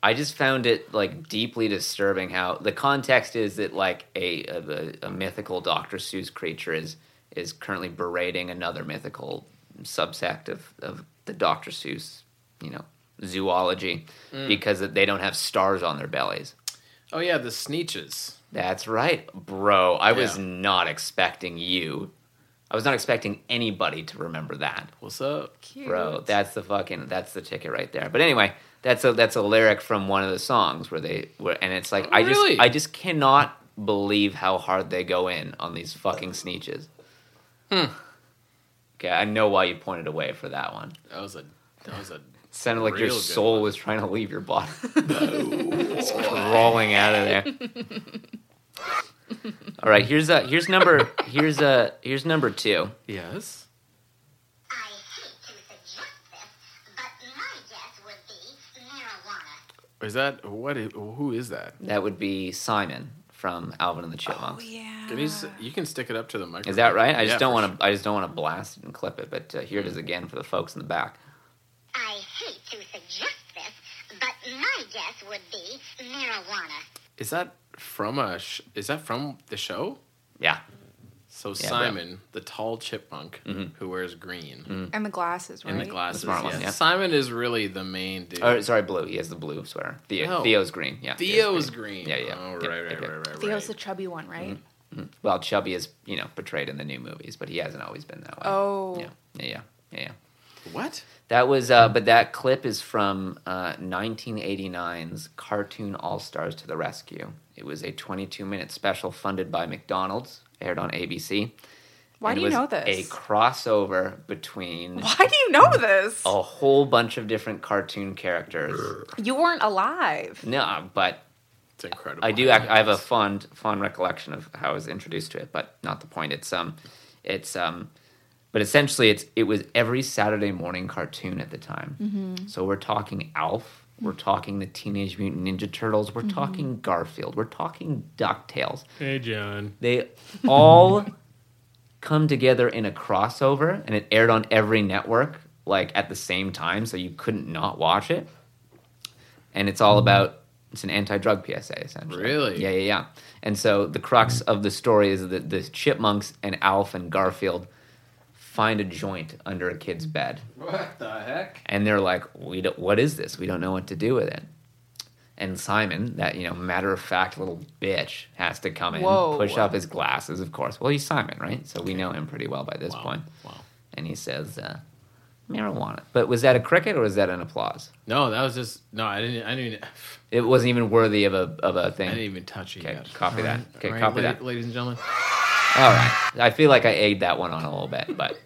[SPEAKER 2] I just found it like deeply disturbing. How the context is that like a a, a mythical Dr. Seuss creature is is currently berating another mythical subsect of of the Dr. Seuss, you know, zoology because they don't have stars on their bellies.
[SPEAKER 1] Oh yeah, the Sneeches.
[SPEAKER 2] That's right, bro. I was
[SPEAKER 1] Yeah.
[SPEAKER 2] not expecting you. I was not expecting anybody to remember that
[SPEAKER 1] What's up?
[SPEAKER 4] Cute.
[SPEAKER 2] bro that's the fucking that's the ticket right there but anyway that's a that's a lyric from one of the songs where they where and it's like i
[SPEAKER 1] Really?
[SPEAKER 2] just i just cannot believe how hard they go in on these fucking sneeches
[SPEAKER 1] Hmm.
[SPEAKER 2] okay i know why you pointed away for that one
[SPEAKER 1] That was a that was a
[SPEAKER 2] sounded like your
[SPEAKER 1] Real good
[SPEAKER 2] soul was trying to leave your body It's crawling out of there all right here's a here's number here's a here's number two
[SPEAKER 1] yes.
[SPEAKER 10] I hate to suggest this, but my guess would be marijuana.
[SPEAKER 1] Is that what? Is, who is that?
[SPEAKER 2] that would be simon from alvin and the chipmunks
[SPEAKER 4] Oh yeah.
[SPEAKER 1] Can you, s- you can stick it up to the microphone.
[SPEAKER 2] Is that right? I just
[SPEAKER 1] Yeah,
[SPEAKER 2] don't
[SPEAKER 1] for
[SPEAKER 2] want to. I just don't want to blast it and clip it. But uh, here it is again for the folks in the back.
[SPEAKER 10] I hate to suggest this, but my guess would be marijuana.
[SPEAKER 1] sure. Is that from a? Sh- is that from the show?
[SPEAKER 2] Yeah,
[SPEAKER 1] So
[SPEAKER 2] Yeah, bro.
[SPEAKER 1] Simon, the tall chipmunk who wears green
[SPEAKER 4] And the glasses, right?
[SPEAKER 1] and the glasses.
[SPEAKER 2] Mm-hmm. The smart one,
[SPEAKER 1] yes.
[SPEAKER 2] yeah.
[SPEAKER 1] Simon is really the main dude.
[SPEAKER 2] or sorry, blue. He has the blue sweater. Theo,
[SPEAKER 1] No.
[SPEAKER 2] Theo's green. Yeah,
[SPEAKER 1] Oh. Theo's green.
[SPEAKER 2] Yeah, yeah.
[SPEAKER 1] Oh, right,
[SPEAKER 2] Yeah,
[SPEAKER 1] right,
[SPEAKER 2] okay.
[SPEAKER 1] right, right, right. Mm-hmm.
[SPEAKER 4] Theo's the chubby one, right?
[SPEAKER 2] Well, Chubby is you know portrayed in the new movies, but he hasn't always been that way.
[SPEAKER 4] Oh.
[SPEAKER 2] yeah, yeah, yeah. yeah, yeah.
[SPEAKER 1] what?
[SPEAKER 2] That was, uh, but that clip is from uh, 1989's Cartoon All Stars to the Rescue. It was a 22 minute special funded by McDonald's, aired on ABC.
[SPEAKER 4] Why
[SPEAKER 2] And
[SPEAKER 4] do
[SPEAKER 2] it
[SPEAKER 4] you
[SPEAKER 2] was
[SPEAKER 4] know this?
[SPEAKER 2] A Mm-hmm. crossover between
[SPEAKER 4] Why do you know this?
[SPEAKER 2] a whole bunch of different cartoon characters.
[SPEAKER 4] You weren't alive.
[SPEAKER 2] No, uh, but
[SPEAKER 1] It's incredible.
[SPEAKER 2] I do. Act, I have a fond, fond recollection of how I was introduced to it, but not the point. It's um, it's um, but essentially, it's it was every Saturday morning cartoon at the time. So we're talking Alf. We're talking the Teenage Mutant Ninja Turtles. We're talking Garfield. We're talking Ducktales.
[SPEAKER 1] Hey, John.
[SPEAKER 2] They all come together in a crossover, and it aired on every network like at the same time, so you couldn't not watch it. And it's all about it's an anti-drug PSA essentially.
[SPEAKER 1] Really?
[SPEAKER 2] Yeah, yeah, yeah. And so the crux of the story is that the chipmunks and Alf and Garfield find a joint under a kid's bed
[SPEAKER 1] What the heck?
[SPEAKER 2] and they're like, "We don't, what is this? We don't know what to do with it." And Simon, that you know, matter of fact little bitch, has to come in,
[SPEAKER 4] Whoa.
[SPEAKER 2] push up his glasses, of course. Well, he's Simon, right? So we know him pretty well by this point.
[SPEAKER 1] Wow.
[SPEAKER 2] And he says, uh, "Marijuana." But was that a cricket or was that an applause?
[SPEAKER 1] No, that was just no. I didn't. I didn't. Even,
[SPEAKER 2] It wasn't even worthy of a of a
[SPEAKER 1] I didn't
[SPEAKER 2] thing.
[SPEAKER 1] even touch it
[SPEAKER 2] Okay,
[SPEAKER 1] yet.
[SPEAKER 2] copy that.
[SPEAKER 1] Alright,
[SPEAKER 2] Okay,
[SPEAKER 1] alright,
[SPEAKER 2] copy
[SPEAKER 1] la-
[SPEAKER 2] that.
[SPEAKER 1] ladies and gentlemen.
[SPEAKER 2] All right, I feel like I ate that one on a little bit, but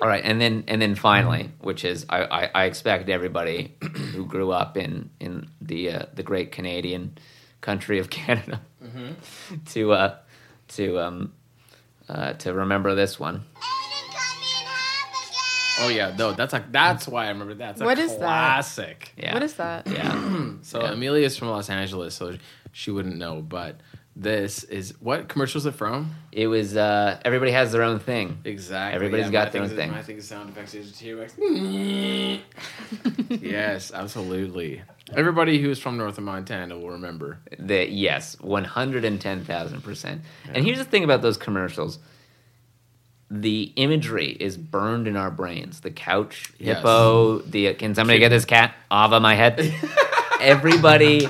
[SPEAKER 2] all right. And then and then finally, which is I, I, I expect everybody who grew up in in the uh, the great Canadian country of Canada
[SPEAKER 4] Mm-hmm.
[SPEAKER 2] to uh, to um, uh, to remember this one.
[SPEAKER 1] Oh yeah, no, that's a that's why I remember that. That's a
[SPEAKER 4] What is that?
[SPEAKER 1] classic.
[SPEAKER 2] Yeah.
[SPEAKER 4] What is that?
[SPEAKER 2] Yeah.
[SPEAKER 1] So Amelia's from Los Angeles, so she wouldn't know. But this is what commercial is it from?
[SPEAKER 2] it was. Uh, everybody has their own thing.
[SPEAKER 1] Exactly.
[SPEAKER 2] Everybody's
[SPEAKER 1] Everybody's
[SPEAKER 2] got their own thing.
[SPEAKER 1] I think the sound effects is T Rex. yes, absolutely. Everybody who's from north of Montana will remember.
[SPEAKER 2] That yes, one hundred and ten thousand percent. And here's the thing about those commercials: the imagery is burned in our brains. The couch,
[SPEAKER 1] Yes.
[SPEAKER 2] hippo. The can somebody get this cat off of my head? everybody,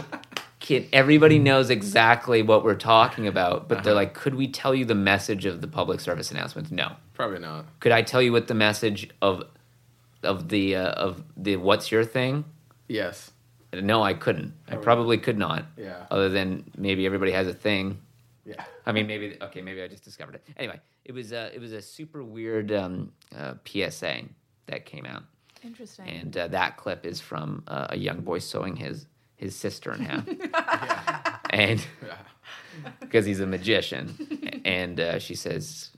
[SPEAKER 2] can, everybody knows exactly what we're talking about. But they're like, could we tell you the message of the public service announcements? No.
[SPEAKER 1] Probably not.
[SPEAKER 2] Could I tell you what the message of of the uh, of the what's your thing?
[SPEAKER 1] Yes.
[SPEAKER 2] No, I couldn't. I probably could not.
[SPEAKER 1] Oh, Yeah.
[SPEAKER 2] Other than maybe everybody has a thing.
[SPEAKER 1] Yeah.
[SPEAKER 2] I mean, maybe okay, maybe I just discovered it. Anyway, it was a it was a super weird um, uh, PSA that came out,
[SPEAKER 4] Interesting.
[SPEAKER 2] and uh, that clip is from uh, a young boy sewing his his sister in half, and because he's a magician, and uh, she says,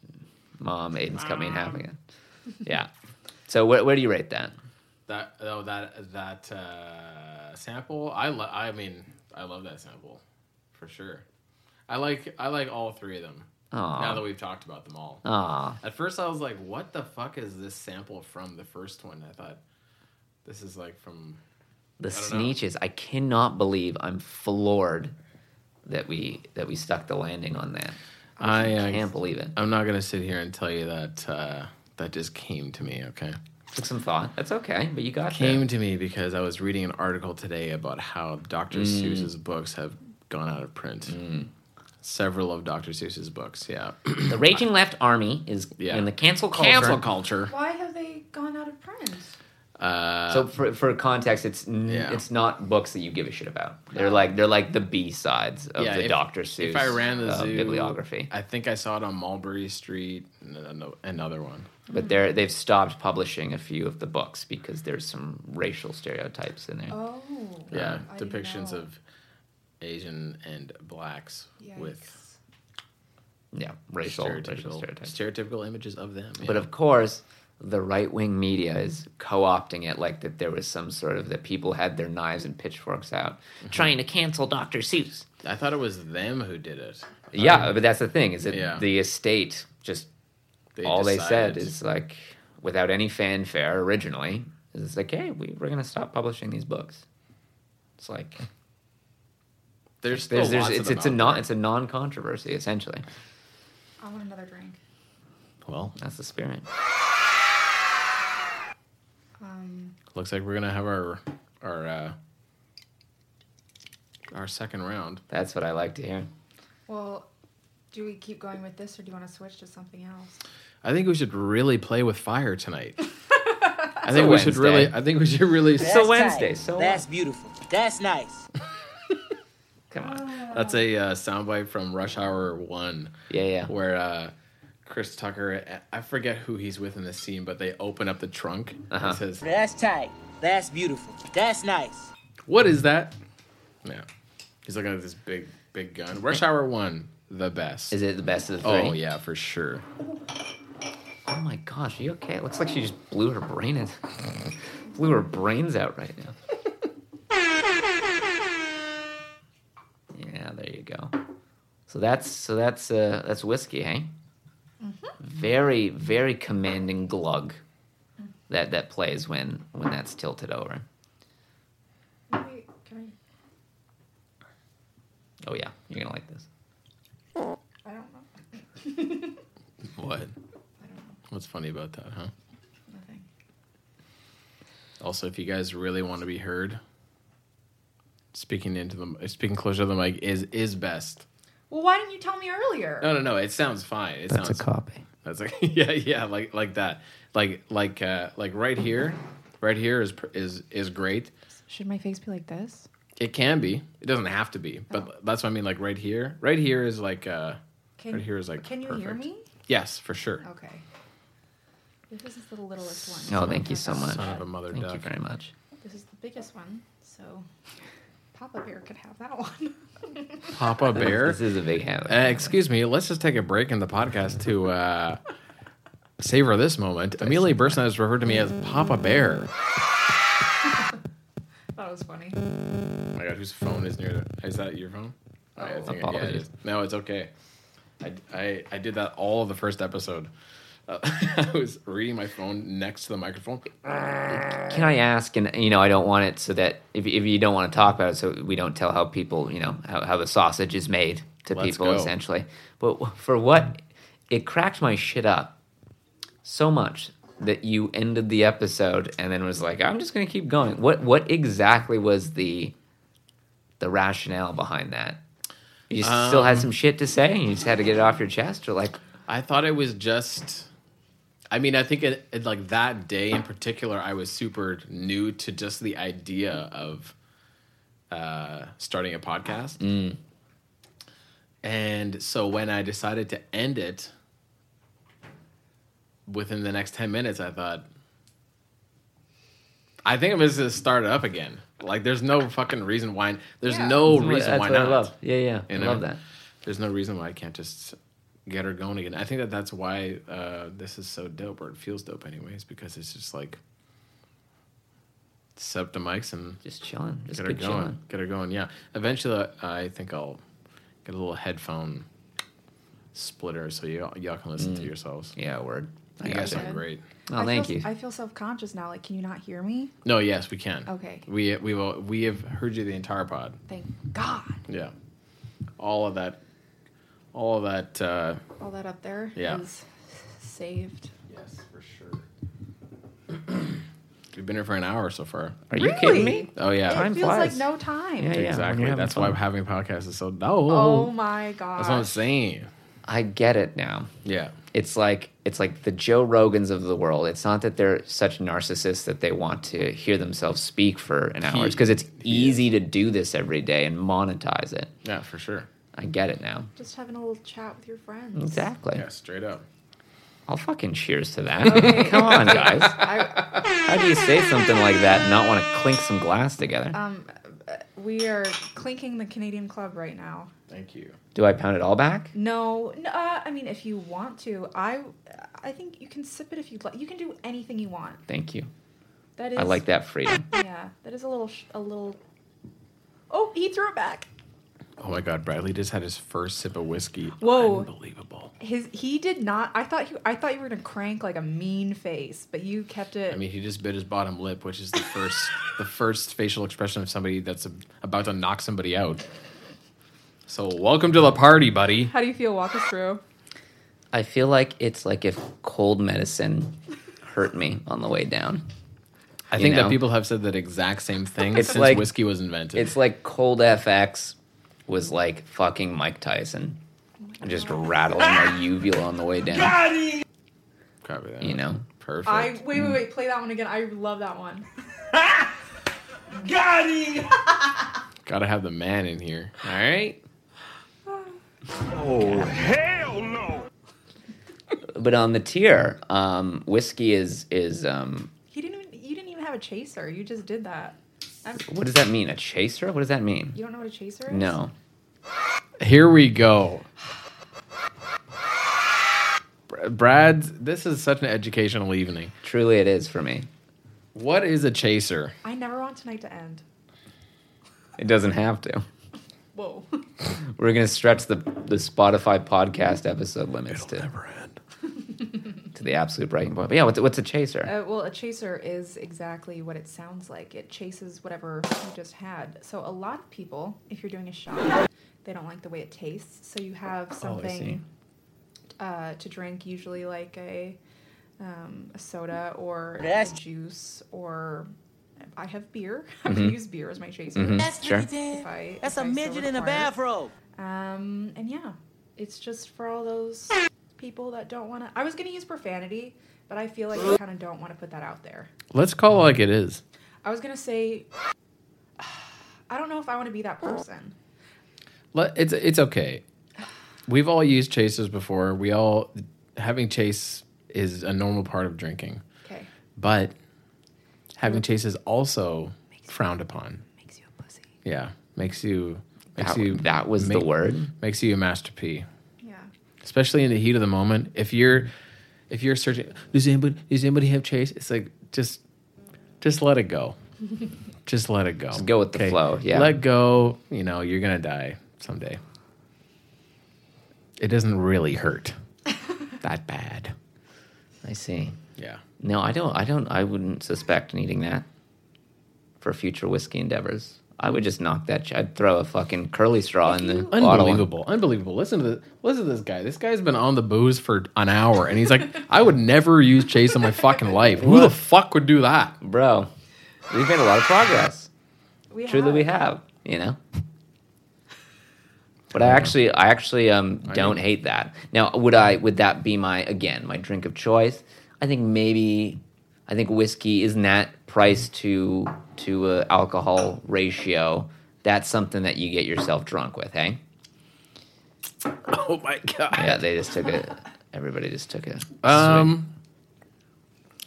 [SPEAKER 2] "Mom, Aiden's cut me in half again." Yeah. So where where do you rate that?
[SPEAKER 1] That oh that that uh, that sample. I lo- I mean, I love that sample for sure. I like I like all three of them.
[SPEAKER 2] Aw.
[SPEAKER 1] Now that we've talked about them all.
[SPEAKER 2] Aw.
[SPEAKER 1] At first, I was like, "What the fuck is this sample from the first one?" I thought this is like from
[SPEAKER 2] The
[SPEAKER 1] I don't know.
[SPEAKER 2] Sneeches. I cannot believe I'm floored that we that we stuck the landing on that.
[SPEAKER 1] I uh,
[SPEAKER 2] Can't believe it.
[SPEAKER 1] I'm not gonna sit here and tell you that uh, that just came to me. Okay,
[SPEAKER 2] Took some thought. That's okay, but you got
[SPEAKER 1] came
[SPEAKER 2] there.
[SPEAKER 1] to me because I was reading an article today about how Dr.
[SPEAKER 2] Mm.
[SPEAKER 1] Seuss's books have gone out of print. Several of Dr. Seuss's books. Yeah,
[SPEAKER 2] The Raging Left Army is
[SPEAKER 1] Yeah.
[SPEAKER 2] in the cancel culture.
[SPEAKER 1] cancel culture.
[SPEAKER 4] Why have they gone out of print?
[SPEAKER 1] Uh,
[SPEAKER 2] So for, for context, it's n-
[SPEAKER 1] Yeah.
[SPEAKER 2] it's not books that you give a shit about. They're like they're like the B sides of the
[SPEAKER 1] if-
[SPEAKER 2] Doctor Seuss.
[SPEAKER 1] If I ran the
[SPEAKER 2] uh,
[SPEAKER 1] zoo
[SPEAKER 2] bibliography,
[SPEAKER 1] I think I saw it on Mulberry Street. and ano- Another one.
[SPEAKER 2] but they're they've stopped publishing a few of the books because there's some racial stereotypes in there.
[SPEAKER 4] Oh.
[SPEAKER 1] Yeah,
[SPEAKER 4] I didn't
[SPEAKER 1] depictions
[SPEAKER 4] know.
[SPEAKER 1] of Asian and blacks with
[SPEAKER 4] Yikes.
[SPEAKER 2] Yeah, racial racial
[SPEAKER 1] stereotypical,
[SPEAKER 2] stereotypes.
[SPEAKER 1] stereotypical images of them.
[SPEAKER 2] But of course, the right wing media is co opting it like that there was some sort of that people had their knives and pitchforks out trying to cancel Dr. Seuss. Um,
[SPEAKER 1] I thought it was them who did it.
[SPEAKER 2] yeah, but that's the thing is that
[SPEAKER 1] Yeah.
[SPEAKER 2] the estate just all they said is like, without any fanfare originally, is like, hey, we, we're going to stop publishing these books. It's like
[SPEAKER 1] there's still
[SPEAKER 2] there's, there's
[SPEAKER 1] lots of
[SPEAKER 2] it's
[SPEAKER 1] them
[SPEAKER 2] it's a
[SPEAKER 1] out
[SPEAKER 2] non it's a non controversy essentially.
[SPEAKER 4] I want another drink.
[SPEAKER 1] there. Well,
[SPEAKER 2] That's the spirit.
[SPEAKER 4] Um,
[SPEAKER 1] looks like we're gonna have our our uh, our second round.
[SPEAKER 2] That's what I like to hear.
[SPEAKER 4] well, do we keep going with this or do you want to switch to something else?
[SPEAKER 1] I think we should really play with fire tonight. I
[SPEAKER 2] It's a
[SPEAKER 1] think we should
[SPEAKER 2] Wednesday.
[SPEAKER 1] really. I think we should really.
[SPEAKER 2] It's a Wednesday, so
[SPEAKER 8] That's beautiful. That's nice.
[SPEAKER 2] come on.
[SPEAKER 1] That's a uh, soundbite from Rush Hour One.
[SPEAKER 2] Yeah, yeah.
[SPEAKER 1] where uh, Chris Tucker, I forget who he's with in this scene, but they open up the trunk
[SPEAKER 2] Uh-huh.
[SPEAKER 1] and says,
[SPEAKER 8] That's tight. That's beautiful. That's nice.
[SPEAKER 1] "What is that?" Yeah, he's looking at this big, big gun. Rush Hour One, the best.
[SPEAKER 2] Is it the best of the three?
[SPEAKER 1] Oh yeah, for sure.
[SPEAKER 2] Oh my gosh, are you okay? It looks like she just blew her brain in. blew her brains out right now. yeah, there you go. So that's so that's uh that's whiskey, hey? Very very commanding glug that that plays when when that's tilted over.
[SPEAKER 4] Maybe, can
[SPEAKER 2] Oh yeah, you're gonna like this.
[SPEAKER 4] I, I don't know.
[SPEAKER 1] What? What's funny about that, huh?
[SPEAKER 4] Nothing.
[SPEAKER 1] Also, if you guys really want to be heard, speaking into the speaking closer to the mic is is best.
[SPEAKER 4] Well, why didn't you tell me earlier?
[SPEAKER 1] No, no, no. It sounds fine. It sounds
[SPEAKER 2] copy.
[SPEAKER 1] That's like yeah, yeah, like like that, like like uh, like right here, right here is pr- is is great.
[SPEAKER 4] Should my face be like this?
[SPEAKER 1] It can be. It doesn't have to be,
[SPEAKER 2] Oh.
[SPEAKER 1] but that's what I mean. Like right here, right here is like uh,
[SPEAKER 4] Can,
[SPEAKER 1] right here is like.
[SPEAKER 4] can you hear
[SPEAKER 1] perfect.
[SPEAKER 4] me?
[SPEAKER 1] Yes, for sure.
[SPEAKER 4] Okay. This is the littlest one.
[SPEAKER 2] No, thank you so much.
[SPEAKER 1] Son of a mother
[SPEAKER 2] Thank you
[SPEAKER 1] duck.
[SPEAKER 2] very much.
[SPEAKER 4] This is the biggest one, so Papa Bear could have that one.
[SPEAKER 1] Papa Bear.
[SPEAKER 2] This is a big habit.
[SPEAKER 1] Uh, excuse me. Let's just take a break in the podcast to uh, savor this moment. Amelia Burson has referred to me as Papa
[SPEAKER 2] Mm.
[SPEAKER 1] Bear.
[SPEAKER 4] that was funny.
[SPEAKER 1] Oh my god, whose phone is near? The, is that your phone?
[SPEAKER 2] Oh,
[SPEAKER 1] I I think- yeah, it
[SPEAKER 2] apologies.
[SPEAKER 1] is. No, it's okay. I, I, I did that all of the first episode. Uh, I was reading my phone next to the microphone.
[SPEAKER 2] Can I ask, and you know, I don't want it so that if, if you don't want to talk about it, so we don't tell how people, you know, how, how the sausage is made to
[SPEAKER 1] Let's
[SPEAKER 2] people,
[SPEAKER 1] go.
[SPEAKER 2] essentially. But w- for what it cracked my shit up so much that you ended the episode and then was like, I'm just going to keep going. What what exactly was the the rationale behind that? You still
[SPEAKER 1] Um,
[SPEAKER 2] had some shit to say, and you just had to get it off your chest, or like,
[SPEAKER 1] I thought it was just. I mean, I think it, it like that day in particular, I was super new to just the idea of uh, starting a podcast.
[SPEAKER 2] Mm.
[SPEAKER 1] And so when I decided to end it within the next 10 minutes, I thought, I think I'm just going to start it up again. Like, there's no fucking reason why. There's
[SPEAKER 4] Yeah.
[SPEAKER 1] no
[SPEAKER 2] that's
[SPEAKER 1] reason
[SPEAKER 2] what
[SPEAKER 1] why
[SPEAKER 2] I
[SPEAKER 1] not
[SPEAKER 2] love. Yeah, yeah,
[SPEAKER 1] You
[SPEAKER 2] I
[SPEAKER 1] know?
[SPEAKER 2] love that.
[SPEAKER 1] there's no reason why I can't just get her going again. I think that that's why uh, this is so dope, or it feels dope, anyways, because it's just like septa mics and
[SPEAKER 2] just chilling. Just
[SPEAKER 1] get her
[SPEAKER 2] good
[SPEAKER 1] going.
[SPEAKER 2] chilling.
[SPEAKER 1] Get her going. Yeah. Eventually, uh, I think I'll get a little headphone splitter so you y'all can listen to yourselves.
[SPEAKER 2] Mm. Yeah, word.
[SPEAKER 1] You
[SPEAKER 2] got
[SPEAKER 1] guys
[SPEAKER 2] you.
[SPEAKER 1] are great.
[SPEAKER 2] Oh, thank
[SPEAKER 4] feel,
[SPEAKER 2] you.
[SPEAKER 4] I feel self conscious now. Like, can you not hear me?
[SPEAKER 1] No, yes, we can.
[SPEAKER 4] Okay.
[SPEAKER 1] We we will we have heard you the entire pod.
[SPEAKER 4] Thank God.
[SPEAKER 1] Yeah. All of that. All of that. Uh,
[SPEAKER 4] All that up there is
[SPEAKER 1] Yeah.
[SPEAKER 4] saved.
[SPEAKER 1] yes, for sure. We've been here for an hour so far.
[SPEAKER 2] Are
[SPEAKER 4] you kidding Really? me?
[SPEAKER 1] Oh yeah.
[SPEAKER 4] It
[SPEAKER 2] Time
[SPEAKER 4] feels
[SPEAKER 2] flies.
[SPEAKER 4] like no time.
[SPEAKER 2] Yeah, yeah. when
[SPEAKER 1] exactly.
[SPEAKER 2] you're having
[SPEAKER 1] That's why
[SPEAKER 2] fun.
[SPEAKER 1] having podcasts is so
[SPEAKER 4] Oh
[SPEAKER 1] no.
[SPEAKER 4] my God.
[SPEAKER 1] That's what I'm saying.
[SPEAKER 2] I get it now.
[SPEAKER 1] Yeah.
[SPEAKER 2] It's like it's like the Joe Rogans of the world. It's not that they're such narcissists that they want to hear themselves speak for an hour. It's because it's easy to do this every day and monetize it.
[SPEAKER 1] Yeah, for sure.
[SPEAKER 2] I get it now.
[SPEAKER 4] Just having a little chat with your friends.
[SPEAKER 2] Exactly.
[SPEAKER 1] Yeah, straight up.
[SPEAKER 2] I'll fucking cheers to that. Come on, guys.
[SPEAKER 4] I,
[SPEAKER 2] How do you say something like that and not want to clink some glass together?
[SPEAKER 4] um, uh, we are clinking the Canadian Club right now.
[SPEAKER 1] Thank you.
[SPEAKER 2] do I pound it all back?
[SPEAKER 4] No, n- uh, I mean, if you want to, I, I think you can sip it if you'd like. You can do anything you want.
[SPEAKER 2] Thank you.
[SPEAKER 4] That is.
[SPEAKER 2] I like that freedom.
[SPEAKER 4] Yeah, that is a little, sh- a little. Oh, he threw it back.
[SPEAKER 1] Oh my God, Bradley just had his first sip of whiskey.
[SPEAKER 4] Whoa.
[SPEAKER 1] Unbelievable.
[SPEAKER 4] His he did not. I thought you. I thought you were gonna crank like a mean face, but you kept it.
[SPEAKER 1] I mean, he just bit his bottom lip, which is the first the first facial expression of somebody that's about to knock somebody out. So, welcome to the party, buddy.
[SPEAKER 4] How do you feel? Walk us through.
[SPEAKER 2] I feel like it's like if cold medicine hurt me on the way down.
[SPEAKER 1] I
[SPEAKER 2] You
[SPEAKER 1] think that
[SPEAKER 2] know?
[SPEAKER 1] people have said that exact same thing
[SPEAKER 2] It's
[SPEAKER 1] since
[SPEAKER 2] like-
[SPEAKER 1] whiskey was invented.
[SPEAKER 2] It's like cold FX was like fucking Mike Tyson, just rattling my uvula on the way down.
[SPEAKER 1] Copy that.
[SPEAKER 2] You know,
[SPEAKER 1] perfect.
[SPEAKER 4] I wait, wait, wait. Play that one again. I love that one.
[SPEAKER 1] Gotta have the man in here. All right.
[SPEAKER 2] but on the tier, um, whiskey is is um,
[SPEAKER 4] He didn't. Even, you didn't even have a chaser. You just did that. I'm,
[SPEAKER 2] what does that mean? A chaser? What does that mean?
[SPEAKER 4] you don't know what a chaser is?
[SPEAKER 2] No,
[SPEAKER 1] Here we go. Br- Brad's, this is such an educational evening.
[SPEAKER 2] truly it is for me.
[SPEAKER 1] What is a chaser?
[SPEAKER 4] I never want tonight to end.
[SPEAKER 2] It doesn't have to.
[SPEAKER 4] Whoa. Uh,
[SPEAKER 2] We're gonna stretch the the Spotify podcast episode limits to
[SPEAKER 1] end.
[SPEAKER 2] to the absolute breaking point. But yeah, what's what's a chaser?
[SPEAKER 4] Uh, well, a chaser is exactly what it sounds like. It chases whatever you just had. So a lot of people, if you're doing a shot, they don't like the way it tastes. So you have something uh, to drink, usually like a um, a soda or
[SPEAKER 8] Yes.
[SPEAKER 4] a juice, or I have beer. I use beer as my chaser.
[SPEAKER 8] That's
[SPEAKER 2] Sure.
[SPEAKER 8] pretty.
[SPEAKER 4] If I-
[SPEAKER 8] That's
[SPEAKER 4] if
[SPEAKER 8] a
[SPEAKER 4] I so
[SPEAKER 8] midget in a
[SPEAKER 4] require.
[SPEAKER 8] bathrobe.
[SPEAKER 4] Um, and yeah, it's just for all those people that don't want to. I was gonna use profanity, but I feel like I kind of don't want to put that out there.
[SPEAKER 1] Let's call it like it is.
[SPEAKER 4] I was gonna say, I don't know if I want to be that person.
[SPEAKER 1] Let, it's it's okay. We've all used chasers before. We all having chase is a normal part of drinking,
[SPEAKER 4] Okay,
[SPEAKER 1] but having chase is also frowned upon.
[SPEAKER 4] makes you a pussy.
[SPEAKER 1] Yeah, makes you makes
[SPEAKER 2] That,
[SPEAKER 1] you
[SPEAKER 2] that was
[SPEAKER 1] make-
[SPEAKER 2] the word.
[SPEAKER 1] makes you a master p.
[SPEAKER 4] Yeah,
[SPEAKER 1] Especially in the heat of the moment, if you're if you're searching, does anybody does anybody have chase? It's like just just let it go. just let it go. Just
[SPEAKER 2] go with the flow, yeah.
[SPEAKER 1] Let go. You know you're gonna die someday. It doesn't really hurt that bad.
[SPEAKER 2] I see.
[SPEAKER 1] Yeah.
[SPEAKER 2] No, I don't. I don't. I wouldn't suspect needing that for future whiskey endeavors. I would just knock that. Ch- I'd throw a fucking curly straw in the bottle. and-
[SPEAKER 1] Unbelievable. Unbelievable. Listen to this. Listen to this guy. This guy's been on the booze for an hour and he's like, I would never use Chase in my fucking life. Who the fuck would do that?
[SPEAKER 2] bro. We've made a lot of progress.
[SPEAKER 4] we
[SPEAKER 2] Truly, we
[SPEAKER 4] have.
[SPEAKER 2] have. You know. But I actually, I actually um, don't hate that. Now, would I? Would that be my again my drink of choice? I think maybe. I think whiskey isn't that price to to uh, alcohol ratio. That's something that you get yourself drunk with, hey?
[SPEAKER 1] Oh my god.
[SPEAKER 2] Yeah, they just took it. Everybody just took it.
[SPEAKER 1] Um.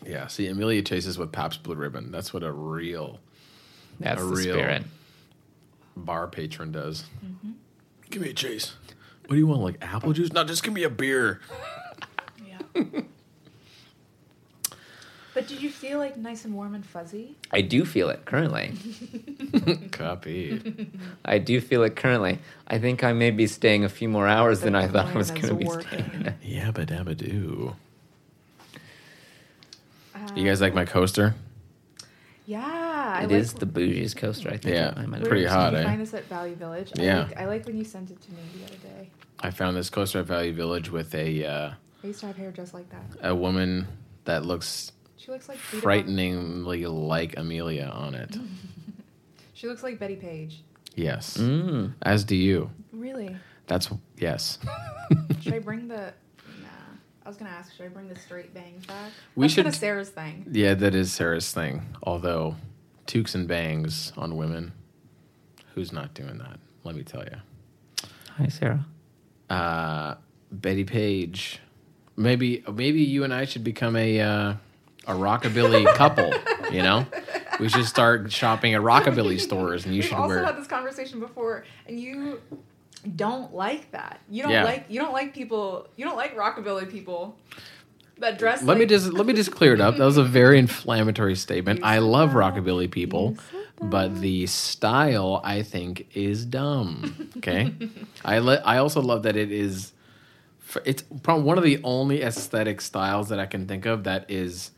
[SPEAKER 1] Yeah. See, Amelia chases with Pabst Blue Ribbon. That's what a real
[SPEAKER 2] That's
[SPEAKER 1] a
[SPEAKER 2] the
[SPEAKER 1] real-
[SPEAKER 2] spirit.
[SPEAKER 1] bar patron does. Mm-hmm. Give me a chase. What do you want? Like apple juice? No, just give me a beer.
[SPEAKER 4] Yeah. but But did you feel like nice and warm and fuzzy?
[SPEAKER 2] I do feel it currently.
[SPEAKER 1] Copy.
[SPEAKER 2] I do feel it currently. I think I may be staying a few more hours than I thought I was
[SPEAKER 4] plan
[SPEAKER 2] going to
[SPEAKER 4] is
[SPEAKER 2] be
[SPEAKER 4] working.
[SPEAKER 2] staying.
[SPEAKER 1] Yabba dabba doo. You guys like my coaster?
[SPEAKER 4] Yeah,
[SPEAKER 2] It
[SPEAKER 4] I
[SPEAKER 2] is the bougiest coaster, I think.
[SPEAKER 1] Yeah,
[SPEAKER 2] I might have-
[SPEAKER 4] Where
[SPEAKER 1] pretty
[SPEAKER 4] did
[SPEAKER 1] hot,
[SPEAKER 4] You
[SPEAKER 1] eh?
[SPEAKER 4] find this at Value Village. I
[SPEAKER 1] Yeah.
[SPEAKER 4] like, I like when you sent it to me the other day.
[SPEAKER 1] I found this coaster at Value Village with a uh,
[SPEAKER 4] I used to have hair just like that.
[SPEAKER 1] a woman that looks
[SPEAKER 4] She looks like Frida Mon-
[SPEAKER 1] frighteningly like Amelia on it.
[SPEAKER 4] She looks like Betty Page.
[SPEAKER 1] Yes.
[SPEAKER 2] Mm.
[SPEAKER 1] As do you.
[SPEAKER 4] Really?
[SPEAKER 1] That's yes.
[SPEAKER 4] Should I bring the? Nah. I was gonna ask. Should I bring the straight bangs back?
[SPEAKER 1] We
[SPEAKER 4] That's kind of
[SPEAKER 1] should-
[SPEAKER 4] Sarah's thing.
[SPEAKER 1] Yeah, that is Sarah's thing. Although, toques and bangs on women, who's not doing that? Let me tell you.
[SPEAKER 2] Hi, Sarah.
[SPEAKER 1] Uh, Betty Page. Maybe maybe you and I should become a uh, a rockabilly couple. You know, we should start shopping at rockabilly stores, and you
[SPEAKER 4] We've
[SPEAKER 1] should
[SPEAKER 4] also
[SPEAKER 1] wear.
[SPEAKER 4] had this conversation before, and you don't like that. You don't
[SPEAKER 1] Yeah.
[SPEAKER 4] like you don't like people. You don't like rockabilly people that dress.
[SPEAKER 1] Let me
[SPEAKER 4] like-
[SPEAKER 1] just let me just clear it up. That was a very inflammatory statement.
[SPEAKER 4] You
[SPEAKER 1] I
[SPEAKER 4] said
[SPEAKER 1] love
[SPEAKER 4] that.
[SPEAKER 1] rockabilly people,
[SPEAKER 4] You said
[SPEAKER 1] but the style I think is dumb. Okay, I le- I also love that it is. f- It's probably one of the only aesthetic styles that I can think of that is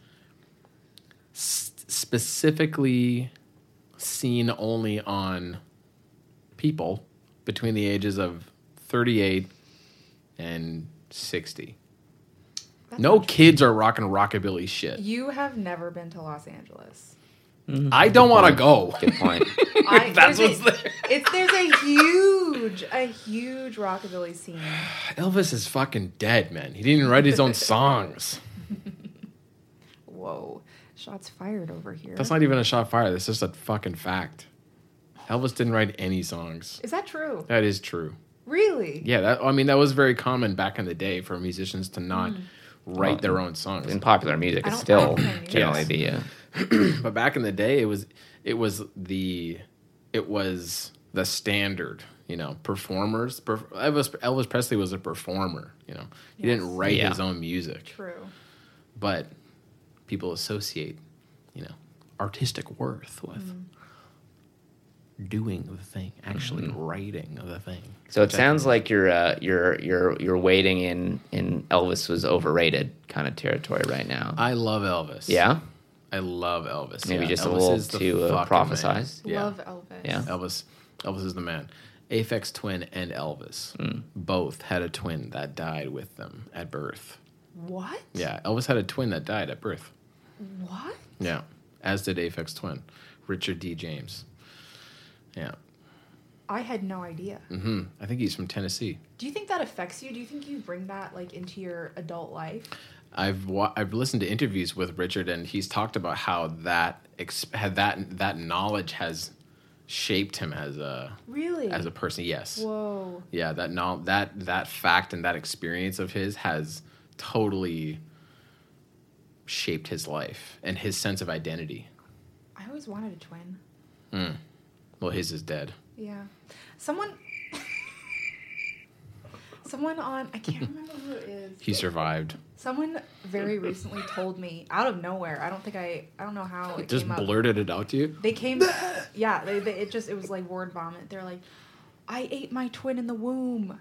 [SPEAKER 1] s- specifically seen only on people between the ages of 38 and 60.
[SPEAKER 4] That's
[SPEAKER 1] No
[SPEAKER 4] not
[SPEAKER 1] kids are rocking rockabilly
[SPEAKER 4] true.
[SPEAKER 1] shit.
[SPEAKER 4] You have never been to Los Angeles.
[SPEAKER 1] I don't want to go.
[SPEAKER 2] Good point.
[SPEAKER 4] I,
[SPEAKER 1] That's
[SPEAKER 4] there's a-
[SPEAKER 1] what's there.
[SPEAKER 4] It's there's a huge, a huge rockabilly scene.
[SPEAKER 1] Elvis is fucking dead, man. He didn't even write his own songs.
[SPEAKER 4] Whoa, shots fired over here.
[SPEAKER 1] That's not even a shot fired. That's just a fucking fact. Elvis didn't write any songs.
[SPEAKER 4] Is that true?
[SPEAKER 1] That is true.
[SPEAKER 4] Really?
[SPEAKER 1] Yeah, that I mean that was very common back in the day for musicians to
[SPEAKER 4] Mm.
[SPEAKER 1] not write their own songs.
[SPEAKER 2] Uh, In popular music,
[SPEAKER 4] I
[SPEAKER 2] it's
[SPEAKER 4] don't- I
[SPEAKER 2] still
[SPEAKER 4] don't know.
[SPEAKER 2] generally
[SPEAKER 1] Yes.
[SPEAKER 2] the. Uh,
[SPEAKER 1] But back in the day it was it was the it was the standard, you know, performers. Per, Elvis Elvis Presley was a performer, you know. He didn't
[SPEAKER 4] Yes.
[SPEAKER 1] write
[SPEAKER 2] Yeah.
[SPEAKER 1] his own music.
[SPEAKER 4] True.
[SPEAKER 1] but people associate, you know, artistic worth with doing the thing, actually writing the thing.
[SPEAKER 2] so it sounds like you're uh, you're you're you're waiting in in Elvis was overrated kind of territory right now.
[SPEAKER 1] I love Elvis.
[SPEAKER 2] yeah,
[SPEAKER 1] I love Elvis.
[SPEAKER 2] maybe
[SPEAKER 1] Yeah,
[SPEAKER 2] just
[SPEAKER 1] Elvis
[SPEAKER 2] a little
[SPEAKER 1] is the
[SPEAKER 2] too uh,
[SPEAKER 1] fucking man.
[SPEAKER 2] prophesized.
[SPEAKER 1] Yeah.
[SPEAKER 4] Love Elvis.
[SPEAKER 2] Yeah.
[SPEAKER 1] Elvis. Elvis is the man. Aphex Twin and Elvis
[SPEAKER 2] Mm.
[SPEAKER 1] both had a twin that died with them at birth.
[SPEAKER 4] What?
[SPEAKER 1] Yeah, Elvis had a twin that died at birth.
[SPEAKER 4] What?
[SPEAKER 1] Yeah, as did Aphex Twin, Richard D. James. Yeah,
[SPEAKER 4] I had no idea.
[SPEAKER 1] hmm I think he's from Tennessee.
[SPEAKER 4] Do you think that affects you? Do you think you bring that like into your adult life?
[SPEAKER 1] I've wa- I've listened to interviews with Richard, and he's talked about how that ex- had that that knowledge has shaped him as a
[SPEAKER 4] Really?
[SPEAKER 1] as a person. Yes,
[SPEAKER 4] Whoa.
[SPEAKER 1] yeah, that no- that that fact and that experience of his has totally shaped his life and his sense of identity.
[SPEAKER 4] I always wanted a twin.
[SPEAKER 1] Well, his is dead.
[SPEAKER 4] Yeah. Someone. Someone on I can't remember who it is.
[SPEAKER 1] He survived.
[SPEAKER 4] Someone very recently told me out of nowhere. I don't think I I don't know how it
[SPEAKER 1] Just
[SPEAKER 4] came up.
[SPEAKER 1] blurted it out to you.
[SPEAKER 4] They came, yeah. They, they, it just it was like word vomit. They're like, I ate my twin in the womb.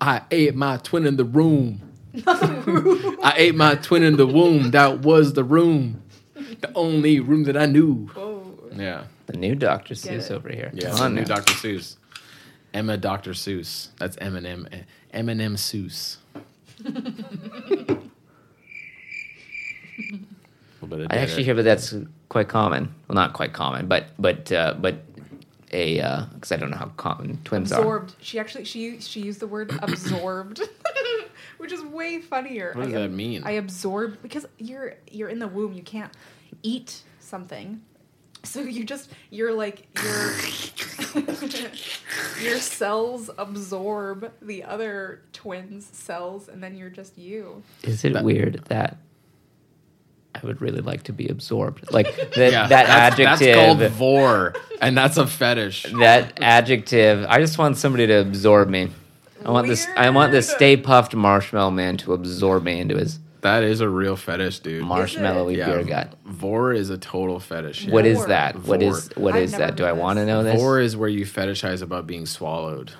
[SPEAKER 1] I ate my twin in the room. I ate my twin in the womb. That was the room, the only room that I knew.
[SPEAKER 4] Whoa.
[SPEAKER 1] Yeah.
[SPEAKER 2] The new Doctor
[SPEAKER 4] Get
[SPEAKER 2] Seuss
[SPEAKER 4] it.
[SPEAKER 2] over here.
[SPEAKER 1] Yeah,
[SPEAKER 2] Come
[SPEAKER 1] the
[SPEAKER 2] on
[SPEAKER 1] new
[SPEAKER 2] now.
[SPEAKER 1] Dr. Seuss. Emma Dr. Seuss. That's Eminem. Eminem Seuss. a little bit of
[SPEAKER 2] I actually
[SPEAKER 1] dead
[SPEAKER 2] hear that that's quite common. Well, not quite common, but but uh, but a because I don't know how common twins
[SPEAKER 4] Absorbed. She actually she she used the word absorbed, which is way funnier.
[SPEAKER 1] What does
[SPEAKER 4] I,
[SPEAKER 1] that mean?
[SPEAKER 4] I absorbed because you're you're in the womb. You can't eat something, so you just you're like your your cells absorb the other twin's cells, and then you're just you.
[SPEAKER 2] are. Is it
[SPEAKER 1] That-
[SPEAKER 2] weird that I would really like to be absorbed? Like
[SPEAKER 1] are.
[SPEAKER 2] that
[SPEAKER 1] Yeah,
[SPEAKER 2] that
[SPEAKER 1] that's,
[SPEAKER 2] adjective.
[SPEAKER 1] That's called vor, and that's a fetish.
[SPEAKER 2] that adjective. I just want somebody to absorb me. I want this. I want this
[SPEAKER 4] Weird.
[SPEAKER 2] Stay Puffed Marshmallow Man to absorb me into his
[SPEAKER 1] That is a real fetish, dude.
[SPEAKER 2] Marshmallowy beer gut.
[SPEAKER 1] Vor is a total fetish.
[SPEAKER 2] What is that? What is
[SPEAKER 1] Vor.
[SPEAKER 2] what
[SPEAKER 4] I've
[SPEAKER 2] is
[SPEAKER 4] never
[SPEAKER 2] that? Do
[SPEAKER 4] heard
[SPEAKER 2] I
[SPEAKER 4] this.
[SPEAKER 2] want to know this?
[SPEAKER 1] Vor is where you fetishize about being swallowed.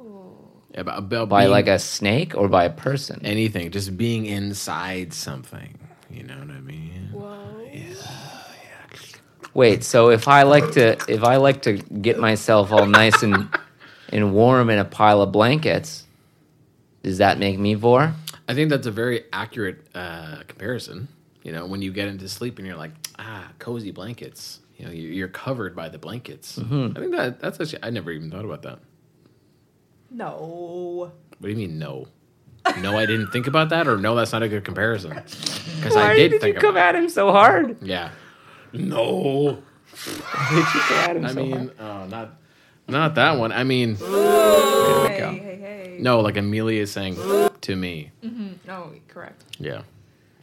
[SPEAKER 1] Oh. About, about
[SPEAKER 2] by
[SPEAKER 1] being
[SPEAKER 2] like a snake or by a person?
[SPEAKER 1] anything, just being inside something. You know what I mean?
[SPEAKER 2] Wait, so if I like to if I like to get myself all nice and and warm in a pile of blankets, does that make me vor?
[SPEAKER 1] I think that's a very accurate uh, comparison. You know, when you get into sleep and you're like, ah, cozy blankets. You know, you- you're covered by the blankets.
[SPEAKER 2] Mm-hmm.
[SPEAKER 1] I think that that's actually I never even thought about that.
[SPEAKER 4] No.
[SPEAKER 1] What do you mean no? No, I didn't think about that, or no, that's not a good comparison. Because I
[SPEAKER 2] Why
[SPEAKER 1] did,
[SPEAKER 2] did you
[SPEAKER 1] think
[SPEAKER 2] come
[SPEAKER 1] about
[SPEAKER 2] at him so hard?
[SPEAKER 1] it. Yeah. No.
[SPEAKER 2] Why did you come at him
[SPEAKER 1] I
[SPEAKER 2] so
[SPEAKER 1] mean,
[SPEAKER 2] hard?
[SPEAKER 1] oh, not not that one. I mean,
[SPEAKER 4] hey, hey, hey.
[SPEAKER 1] no, like Amelia is saying to me.
[SPEAKER 4] No, correct.
[SPEAKER 1] Yeah.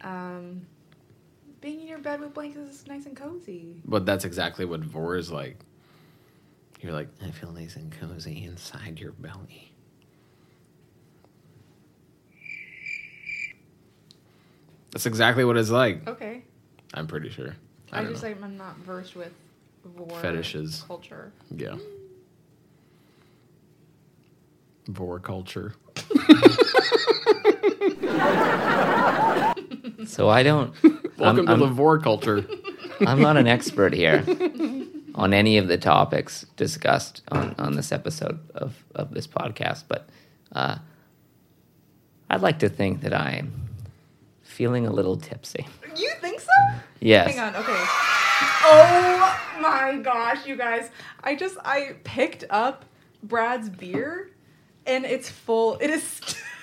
[SPEAKER 4] Um, being in your bed with blankets is nice and cozy.
[SPEAKER 1] But that's exactly what Vor is like. You're like,
[SPEAKER 9] I feel nice and cozy inside your belly.
[SPEAKER 1] that's exactly what it's like.
[SPEAKER 4] Okay.
[SPEAKER 1] I'm pretty sure. I,
[SPEAKER 4] I,
[SPEAKER 1] don't
[SPEAKER 4] just
[SPEAKER 1] know.
[SPEAKER 4] like I'm not versed with war
[SPEAKER 1] Fetishes.
[SPEAKER 4] culture.
[SPEAKER 1] yeah. Vor culture.
[SPEAKER 2] So I don't
[SPEAKER 1] Welcome
[SPEAKER 2] I'm-
[SPEAKER 1] to the Vor culture.
[SPEAKER 2] I'm not an expert here on any of the topics discussed on, on this episode of, of this podcast, but uh, I'd like to think that I'm feeling a little tipsy.
[SPEAKER 4] You think so?
[SPEAKER 2] Yes.
[SPEAKER 4] Hang on, okay. Oh my gosh, you guys. I just I picked up Brad's beer and it's full. It is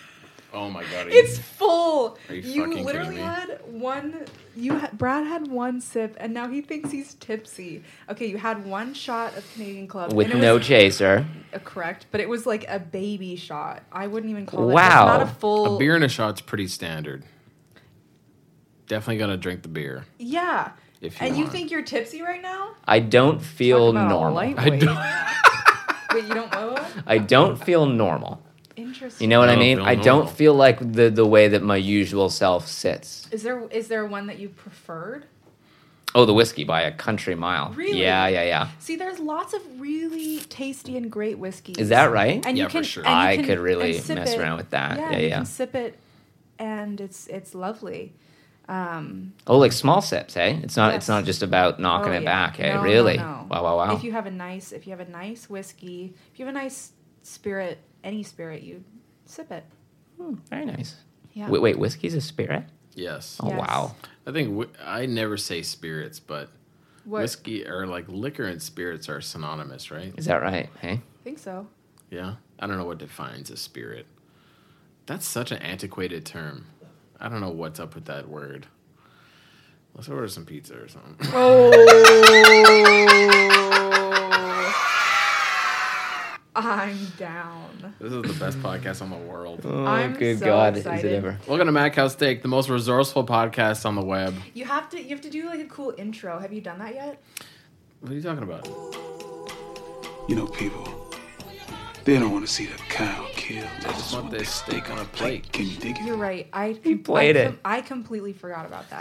[SPEAKER 1] oh my god.
[SPEAKER 4] it's full.
[SPEAKER 1] Are you
[SPEAKER 4] you
[SPEAKER 1] fucking kidding
[SPEAKER 4] literally
[SPEAKER 1] me?
[SPEAKER 4] had one you had Brad had one sip and now he thinks he's tipsy. Okay, you had one shot of Canadian Club
[SPEAKER 2] With
[SPEAKER 4] and it
[SPEAKER 2] no
[SPEAKER 4] was,
[SPEAKER 2] chaser.
[SPEAKER 4] uh, correct, but it was like a baby shot. I wouldn't even call it
[SPEAKER 2] Wow.
[SPEAKER 4] not a full
[SPEAKER 1] A beer and a shot's pretty standard. Definitely gonna drink the beer.
[SPEAKER 4] Yeah.
[SPEAKER 1] If you
[SPEAKER 4] and you
[SPEAKER 1] want.
[SPEAKER 4] think you're tipsy right now?
[SPEAKER 2] I don't feel
[SPEAKER 4] Talk about a
[SPEAKER 2] normal.
[SPEAKER 1] I
[SPEAKER 4] lightweight.
[SPEAKER 1] don't.
[SPEAKER 4] Wait, you don't know?
[SPEAKER 2] I don't feel normal.
[SPEAKER 4] Interesting.
[SPEAKER 2] You know what I
[SPEAKER 1] No,
[SPEAKER 2] mean?
[SPEAKER 1] feel
[SPEAKER 2] I don't
[SPEAKER 1] normal.
[SPEAKER 2] feel like the, the way that my usual self sits.
[SPEAKER 4] Is there is there one that you preferred?
[SPEAKER 2] Oh, the whiskey by a country mile.
[SPEAKER 4] Really?
[SPEAKER 2] Yeah, yeah, yeah.
[SPEAKER 4] See, there's lots of really tasty and great whiskeys.
[SPEAKER 2] Is that right?
[SPEAKER 4] And
[SPEAKER 1] Yeah,
[SPEAKER 4] you
[SPEAKER 1] for
[SPEAKER 4] can,
[SPEAKER 1] sure.
[SPEAKER 4] and you
[SPEAKER 2] I
[SPEAKER 4] can-
[SPEAKER 2] could really
[SPEAKER 4] and sip
[SPEAKER 2] mess
[SPEAKER 4] it.
[SPEAKER 2] around with that.
[SPEAKER 4] Yeah,
[SPEAKER 2] Yeah,
[SPEAKER 4] you
[SPEAKER 2] yeah.
[SPEAKER 4] can sip it, and it's it's lovely. Um,
[SPEAKER 2] Oh, like small sips, hey? It's not. It's
[SPEAKER 4] Yes.
[SPEAKER 2] not just about knocking
[SPEAKER 4] oh,
[SPEAKER 2] it
[SPEAKER 4] yeah.
[SPEAKER 2] back, hey?
[SPEAKER 4] No, no,
[SPEAKER 2] really?
[SPEAKER 4] no.
[SPEAKER 2] Wow, wow, wow.
[SPEAKER 4] If you have a nice, if you have a nice whiskey, if you have a nice spirit, any spirit, you sip it.
[SPEAKER 2] Hmm, Very nice.
[SPEAKER 4] Yeah.
[SPEAKER 2] Wait, wait. Whiskey's a spirit?
[SPEAKER 1] Yes.
[SPEAKER 2] Oh,
[SPEAKER 4] Yes.
[SPEAKER 2] wow.
[SPEAKER 1] I think w- I never say spirits, but
[SPEAKER 4] What?
[SPEAKER 1] whiskey or like liquor and spirits are synonymous, right?
[SPEAKER 2] Is that right? Hey.
[SPEAKER 4] I think so.
[SPEAKER 1] Yeah. I don't know what defines a spirit. That's such an antiquated term. I don't know what's up with that word. Let's order some pizza or something.
[SPEAKER 4] Oh. I'm down.
[SPEAKER 1] this is the best podcast on the world.
[SPEAKER 2] Oh,
[SPEAKER 4] I'm
[SPEAKER 2] good
[SPEAKER 4] so
[SPEAKER 2] God! Is
[SPEAKER 4] excited.
[SPEAKER 2] it ever?
[SPEAKER 1] Welcome to Mac House Steak, the most resourceful podcast on the web.
[SPEAKER 4] You have to you have to do like a cool intro. Have you done that yet?
[SPEAKER 1] What are you talking about?
[SPEAKER 5] You know, people, they don't want to see the cow killed. They just
[SPEAKER 1] want
[SPEAKER 5] want
[SPEAKER 1] their
[SPEAKER 5] their steak on a plate. Can you dig it?
[SPEAKER 4] You're right. I
[SPEAKER 2] He played
[SPEAKER 4] I
[SPEAKER 2] it.
[SPEAKER 4] I completely forgot about that.